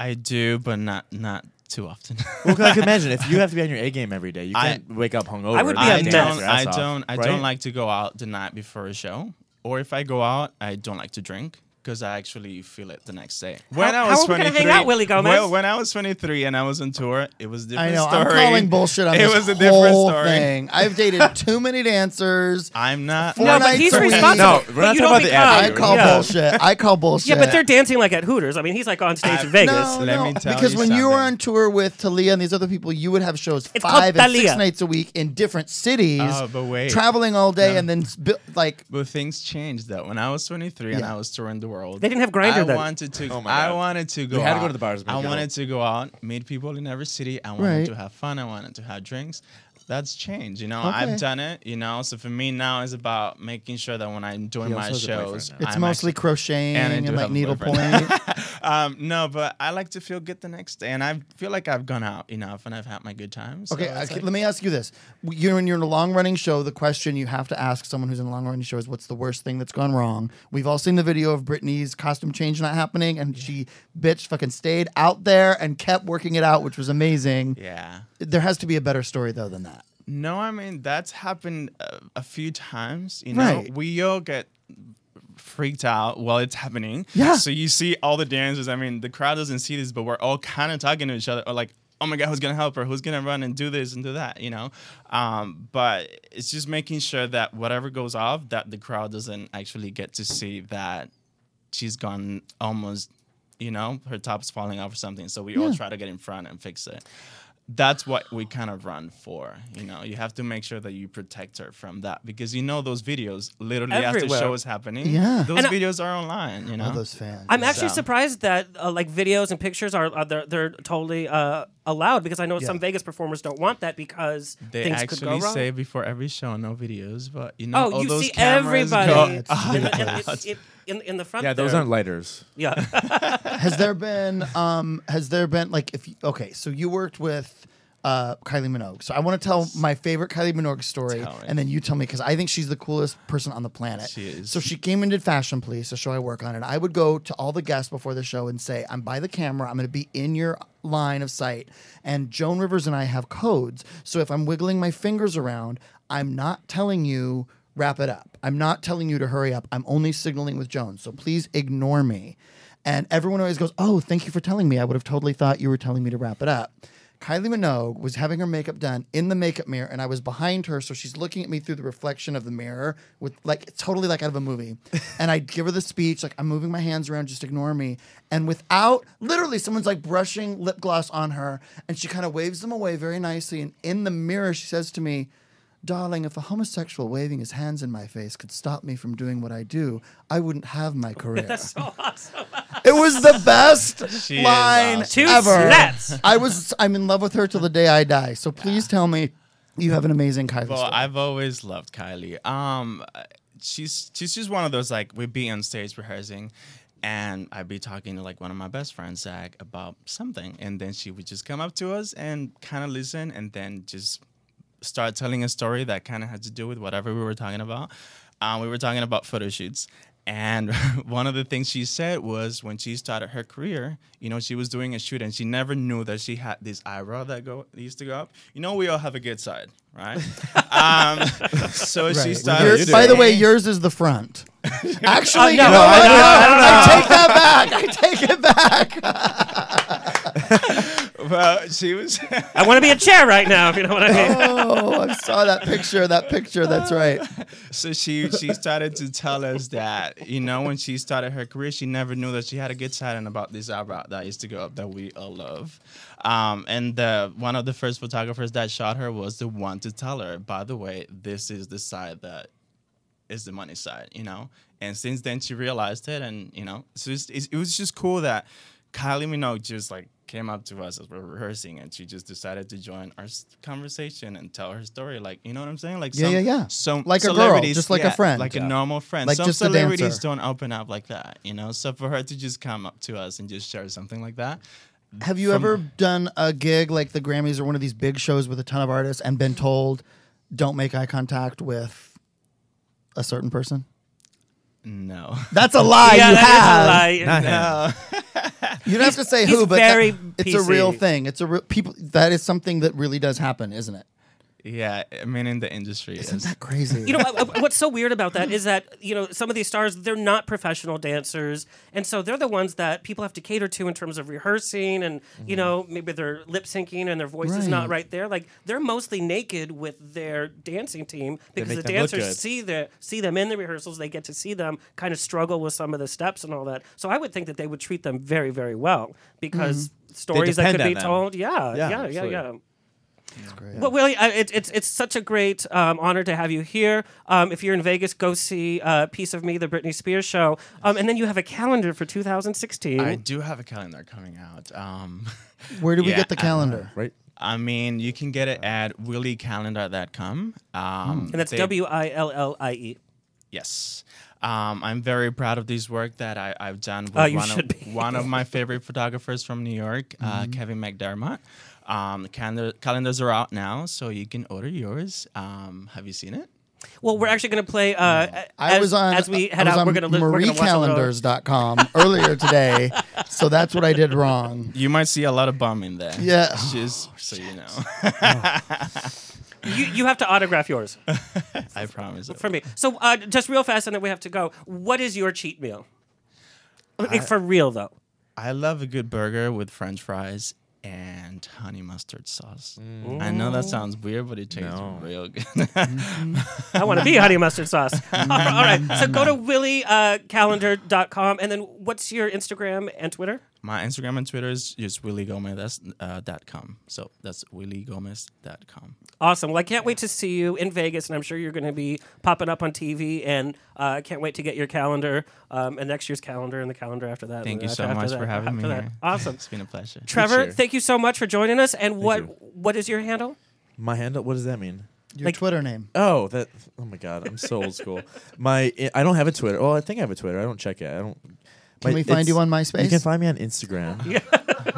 S8: I do, but not not too often.
S10: Well, 'cause I can imagine if you have to be on your A game every day, you
S8: I-
S10: can't wake up hungover.
S6: I would be
S10: and
S6: a
S10: dance
S6: mess.
S10: your
S8: I
S10: ass off,
S8: don't. I
S10: right?
S8: don't like to go out the night before a show, or if I go out, I don't like to drink because I actually feel it the next day. When
S6: how
S8: I was
S6: are we gonna hang
S8: 23
S6: out, Willy Gomez?
S8: Well, when I was 23 and I was on tour, it was a different
S7: I know.
S8: story.
S7: I'm calling bullshit on
S8: it
S7: this
S8: was a different
S7: whole
S8: story.
S7: thing. I've dated too many dancers.
S8: I'm not.
S7: Four
S6: No, but
S7: nights
S6: he's
S7: a week.
S6: responsible.
S10: No, we're not
S6: But you
S10: talking
S6: don't
S10: about the
S6: become-
S7: I call
S6: Yeah.
S7: bullshit. I call bullshit.
S6: Yeah, but they're dancing like at Hooters. I mean, he's like on stage in Vegas.
S7: No,
S8: Let
S7: no,
S8: me tell
S7: because
S8: you
S7: when you were
S8: something.
S7: on tour with Talia and these other people, you would have shows
S6: It's called
S7: five and six
S6: Thalia.
S7: nights a week in different cities,
S8: Oh, but wait.
S7: traveling all day,
S8: No.
S7: and then sp- like
S8: But things changed though. When I was 23 and
S7: Yeah.
S8: I was touring the world,
S6: They didn't have Grindr
S8: I
S6: then.
S8: wanted to.
S10: Oh my
S8: I
S10: God.
S8: wanted to
S10: You
S8: go.
S10: had to
S8: out.
S10: go to the bars,
S8: I
S10: make out.
S8: wanted to go out, meet people in every city. I wanted
S7: Right.
S8: to have fun. I wanted to have drinks. That's changed. You know,
S7: Okay.
S8: I've done it. You know, so for me now it's about making sure that when I'm doing
S10: He also
S8: my
S10: has a boyfriend
S8: shows,
S10: now.
S7: it's
S8: I'm
S7: mostly crocheting
S8: And I
S7: and,
S8: do
S7: like
S8: have a boyfriend.
S7: needlepoint.
S8: actually- um, no, but I like to feel good the next day, and I feel like I've gone out enough and I've had my good times. so
S7: okay,
S8: it's
S7: okay,
S8: like-
S7: let me ask you this: you when you're in a long running show, the question you have to ask someone who's in a long running show is, "What's the worst thing that's gone wrong?" We've all seen the video of Britney's costume change not happening, and she bitch fucking stayed out there and kept working it out, which was amazing.
S8: yeah.
S7: There has to be a better story though than that.
S8: No, I mean that's happened a, a few times. You know,
S7: Right.
S8: we all get freaked out while it's happening.
S7: Yeah.
S8: So you see all the dancers. I mean, the crowd doesn't see this, but we're all kind of talking to each other, or like, oh my god, who's gonna help her? Who's gonna run and do this and do that? You know. Um, but it's just making sure that whatever goes off, that the crowd doesn't actually get to see that she's gone almost. You know, her top's falling off or something. So we all
S15: Yeah.
S8: try to get in front and fix it. That's what we kind of run for. You know, you have to make sure that you protect her from that because you know those videos literally after
S6: Everywhere.
S8: show is happening.
S6: Yeah.
S8: Those
S6: And I-
S8: videos are online, you know.
S7: those fans.
S6: I'm actually
S8: So-
S6: surprised that uh, like videos and pictures are, are they're, they're totally uh, allowed because I know
S8: Yeah.
S6: some Vegas performers don't want that because
S8: They
S6: things could go
S8: actually
S6: wrong.
S8: say before every show, no videos, but you know,
S6: oh,
S8: all
S6: you
S8: those
S6: see
S8: cameras
S6: everybody
S8: go-
S6: in,
S8: Oh,
S6: the, in,
S8: yeah.
S6: it's- it- in- in the front.
S10: Yeah, those
S6: there.
S10: aren't lighters.
S6: Yeah.
S7: has there been um has there been like if you, okay so you worked with uh Kylie Minogue so I want to tell my favorite Kylie Minogue story and then you tell me because I think she's the coolest person on the planet
S8: She is.
S7: so she came and did Fashion Police a show I work on and I would go to all the guests before the show and say I'm by the camera I'm going to be in your line of sight and Joan Rivers and I have codes so if I'm wiggling my fingers around I'm not telling you wrap it up I'm not telling you to hurry up I'm only signaling with Joan so please ignore me and everyone always goes, Oh, thank you for telling me. I would have totally thought you were telling me to wrap it up. Kylie Minogue was having her makeup done in the makeup mirror, and I was behind her, so she's looking at me through the reflection of the mirror with like totally like out of a movie. and I give her the speech, like, I'm moving my hands around, just ignore me. And without literally, someone's like brushing lip gloss on her, and she kind of waves them away very nicely. And in the mirror, she says to me, Darling, if a homosexual waving his hands in my face could stop me from doing what I do, I wouldn't have my career.
S6: That's so awesome.
S7: It was the best
S6: She is
S7: line
S6: awesome. Two
S7: ever.
S6: slaps.
S7: I was I'm in love with her till the day I die. So please tell me you have an amazing Kylie.
S8: Well,
S7: story.
S8: I've always loved Kylie. Um, uh, she's she's just one of those like we'd be on stage rehearsing, and I'd be talking to like one of my best friends, Zach, about something, and then she would just come up to us and kind of listen, and then just start telling a story that kind of had to do with whatever we were talking about. Um, we were talking about photo shoots. And one of the things she said was when she started her career, you know, she was doing a shoot and she never knew that she had this eyebrow that go used to go up. You know, we all have a good side, right? um, so she
S7: Right.
S8: started.
S7: Yours- by the way, yours is the front. Actually,
S8: Uh,
S7: you
S8: no,
S7: know
S8: I
S7: what? I,
S8: know, I don't know.
S7: take that back. I take it back.
S8: well, she was.
S6: I want to be a chair right now, if you know what I mean.
S7: oh, I saw that picture. That picture. That's right.
S8: so she she started to tell us that you know when she started her career she never knew that she had a good side and about this eyebrow that used to go up that we all love um, and the, one of the first photographers that shot her was the one to tell her by the way this is the side that is the money side you know and since then she realized it and you know so it's, it's, it was just cool that kylie minogue just like came up to us as we are rehearsing and she just decided to join our s- conversation and tell her story like you know what i'm saying like
S7: Yeah,
S8: some,
S7: yeah, yeah.
S8: some
S7: Like a girl,
S8: celebrities-
S7: just like a
S8: yeah,
S7: friend.
S8: like
S7: Yeah.
S8: a normal friend
S7: Like
S8: some
S7: just a
S8: celebrities
S7: dancer.
S8: don't open up like that you know so for her to just come up to us and just share something like that
S7: Have you
S8: From-
S7: ever done a gig like the Grammys or one of these big shows with a ton of artists and been told, "Don't make eye contact with a certain person"?
S8: no
S7: That's a lie.
S6: Yeah,
S7: you
S6: that is a
S7: have.
S6: lie. Not
S7: You don't have to say
S6: he's
S7: who, but that-
S6: very
S7: it's a real
S6: PC.
S7: thing. It's a real people. That is something that really does happen, isn't it?
S8: yeah i mean in the industry isn't that
S7: crazy
S6: you know uh, uh, what's so weird about that is that you know some of these stars they're not professional dancers and so they're the ones that people have to cater to in terms of rehearsing and
S10: Mm-hmm.
S6: you know maybe they're lip syncing and their voice is not
S7: Right.
S6: right there like they're mostly naked with their dancing team
S10: They
S6: because the
S10: make them look
S6: dancers
S10: good.
S6: see the see them in the rehearsals they get to see them kind of struggle with some of the steps and all that so i would think that they would treat them very very well because
S10: Mhm. They
S6: stories that
S10: depend
S6: could
S10: on
S6: be
S10: them.
S6: told yeah
S10: Yeah,
S6: yeah yeah,
S10: absolutely.
S6: yeah. Well, Willie, I- it, it's it's such a great um, honor to have you here. Um, if you're in Vegas, go see uh, "Piece of Me," the Britney Spears show, um, and then you have a calendar for 2016.
S8: I do have a calendar coming out. Um,
S7: Where do we get the
S8: I-
S7: calendar?
S10: right.
S8: I mean, you can get it at willycalendar.com.
S7: Hmm.
S8: Um,
S6: and that's
S8: they-
S6: W I L L I E.
S8: Yes. Um, I'm very proud of this work that I, I've done with
S6: Oh, you
S8: one,
S6: should
S8: of,
S6: be.
S8: one of my favorite photographers from New York, uh,
S6: Mhm.
S8: Kevin McDermott. Um, the calendar, calendars are out now, so you can order yours. Um, have you seen it?
S6: Well, we're actually going to play. Uh,
S7: Mm. I
S6: as,
S7: was on.
S6: as we head
S7: I was
S6: out.
S7: on
S6: We're going to
S7: mariecalendars.com earlier today, so that's what I did wrong.
S6: Oh,
S8: You might see a lot of bum in there.
S7: Yeah.
S8: Just so you know.
S6: you, you have to autograph yours
S8: I promise.
S6: for me. So uh, just real fast, and then we have to go. What is your cheat meal? Like, for real though.
S8: I love a good burger with French fries and honey mustard sauce. I know that sounds weird, but it tastes real good.
S6: Mm. I want to be honey mustard sauce. All right. So go to uh, willycalendar.com and then what's your Instagram and Twitter?
S8: My Instagram and Twitter is just Willie Gomez that's, uh, dot com. So that's Willie Gomez dot com.
S6: Awesome. Well, I can't wait to see you in Vegas, and I'm sure you're going to be popping up on TV. And uh, I can't wait to get your calendar um, and next year's calendar and the calendar after that.
S8: Thank
S6: and
S8: you
S6: after-
S8: so
S6: after
S8: much
S6: that,
S8: for having me
S6: after that.
S8: here.
S6: Awesome.
S8: it's been a pleasure.
S6: Trevor, thank you so much for joining us. And what
S10: you.
S6: what is your handle?
S10: My handle. What does that mean?
S7: Your Twitter name.
S10: Oh, that. Oh my God, I'm so old school. My, I don't have a Twitter. Well, I think I have a Twitter. I don't check it. I don't.
S7: Can
S10: my-
S7: we find
S10: it's-
S7: you on
S10: You
S7: MySpace?
S10: can find me on Instagram.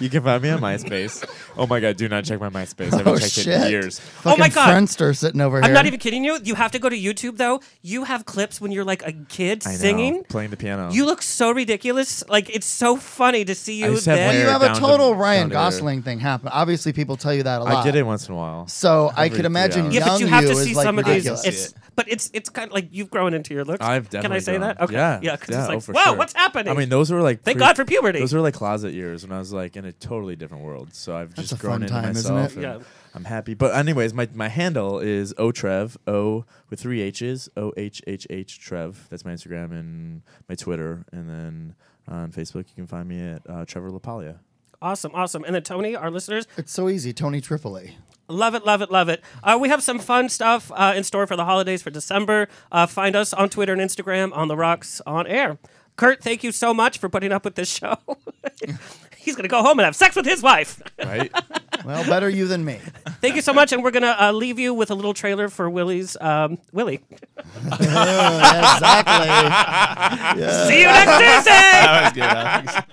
S10: you can find me on MySpace. Oh my God, do not check my MySpace. I haven't
S7: Oh,
S10: checked it
S7: shit.
S10: in years.
S6: oh my
S7: Fucking
S6: God.
S7: Friendster sitting over
S6: I'm
S7: here.
S6: not even kidding you. You have to go to YouTube, though. You have clips when you're like a kid
S10: I know,
S6: singing.
S10: playing the piano.
S6: You look so ridiculous. Like, it's so funny to see
S10: I
S6: you
S10: used to have
S6: then.
S10: hair
S7: you have a
S10: down to-
S7: total
S10: down
S7: Ryan
S10: to here.
S7: Gosling thing happen. Obviously, people tell you that a lot.
S10: I get it once in a while.
S7: So I
S10: Every
S7: could
S10: three
S7: imagine
S10: hours.
S6: Yeah, but you
S7: young
S6: have to
S7: you
S6: see
S7: is, like,
S6: some of these.
S7: ridiculous.
S6: It's, but it's it's kind of like you've grown into your looks.
S10: I've definitely
S6: Can I say
S10: grown.
S6: that? Okay.
S10: Yeah,
S6: Yeah. Because
S10: yeah,
S6: it's
S10: oh,
S6: like,
S10: for
S6: whoa,
S10: sure.
S6: what's happening?
S10: I mean, those were like
S6: Thank
S10: pre-
S6: God for puberty.
S10: Those were like closet years when I was like in a totally different world. So I've just
S7: a
S10: grown
S7: fun
S10: into
S7: time, isn't
S10: myself.
S7: it?
S10: and
S7: Yeah.
S10: I'm happy. But anyways, my, my handle is otrev o with three h's o h h h trev. That's my Instagram and my Twitter, and then on Facebook you can find me at uh, Trevor Lapalia.
S6: awesome, awesome. And then Tony, our listeners,
S7: It's so easy, Tony Tripoli.
S6: Love it, love it, love it. Uh, we have some fun stuff uh, in store for the holidays for December. Uh, find us on Twitter and Instagram on The Rocks on Air. Kurt, thank you so much for putting up with this show. He's going to go home and have sex with his wife.
S10: Right?
S7: well, better you than me.
S6: thank you so much. And we're going to uh, leave you with a little trailer for Willie's um, Willie.
S7: exactly.
S6: See you next Tuesday.
S8: That was good, Alex.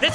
S16: This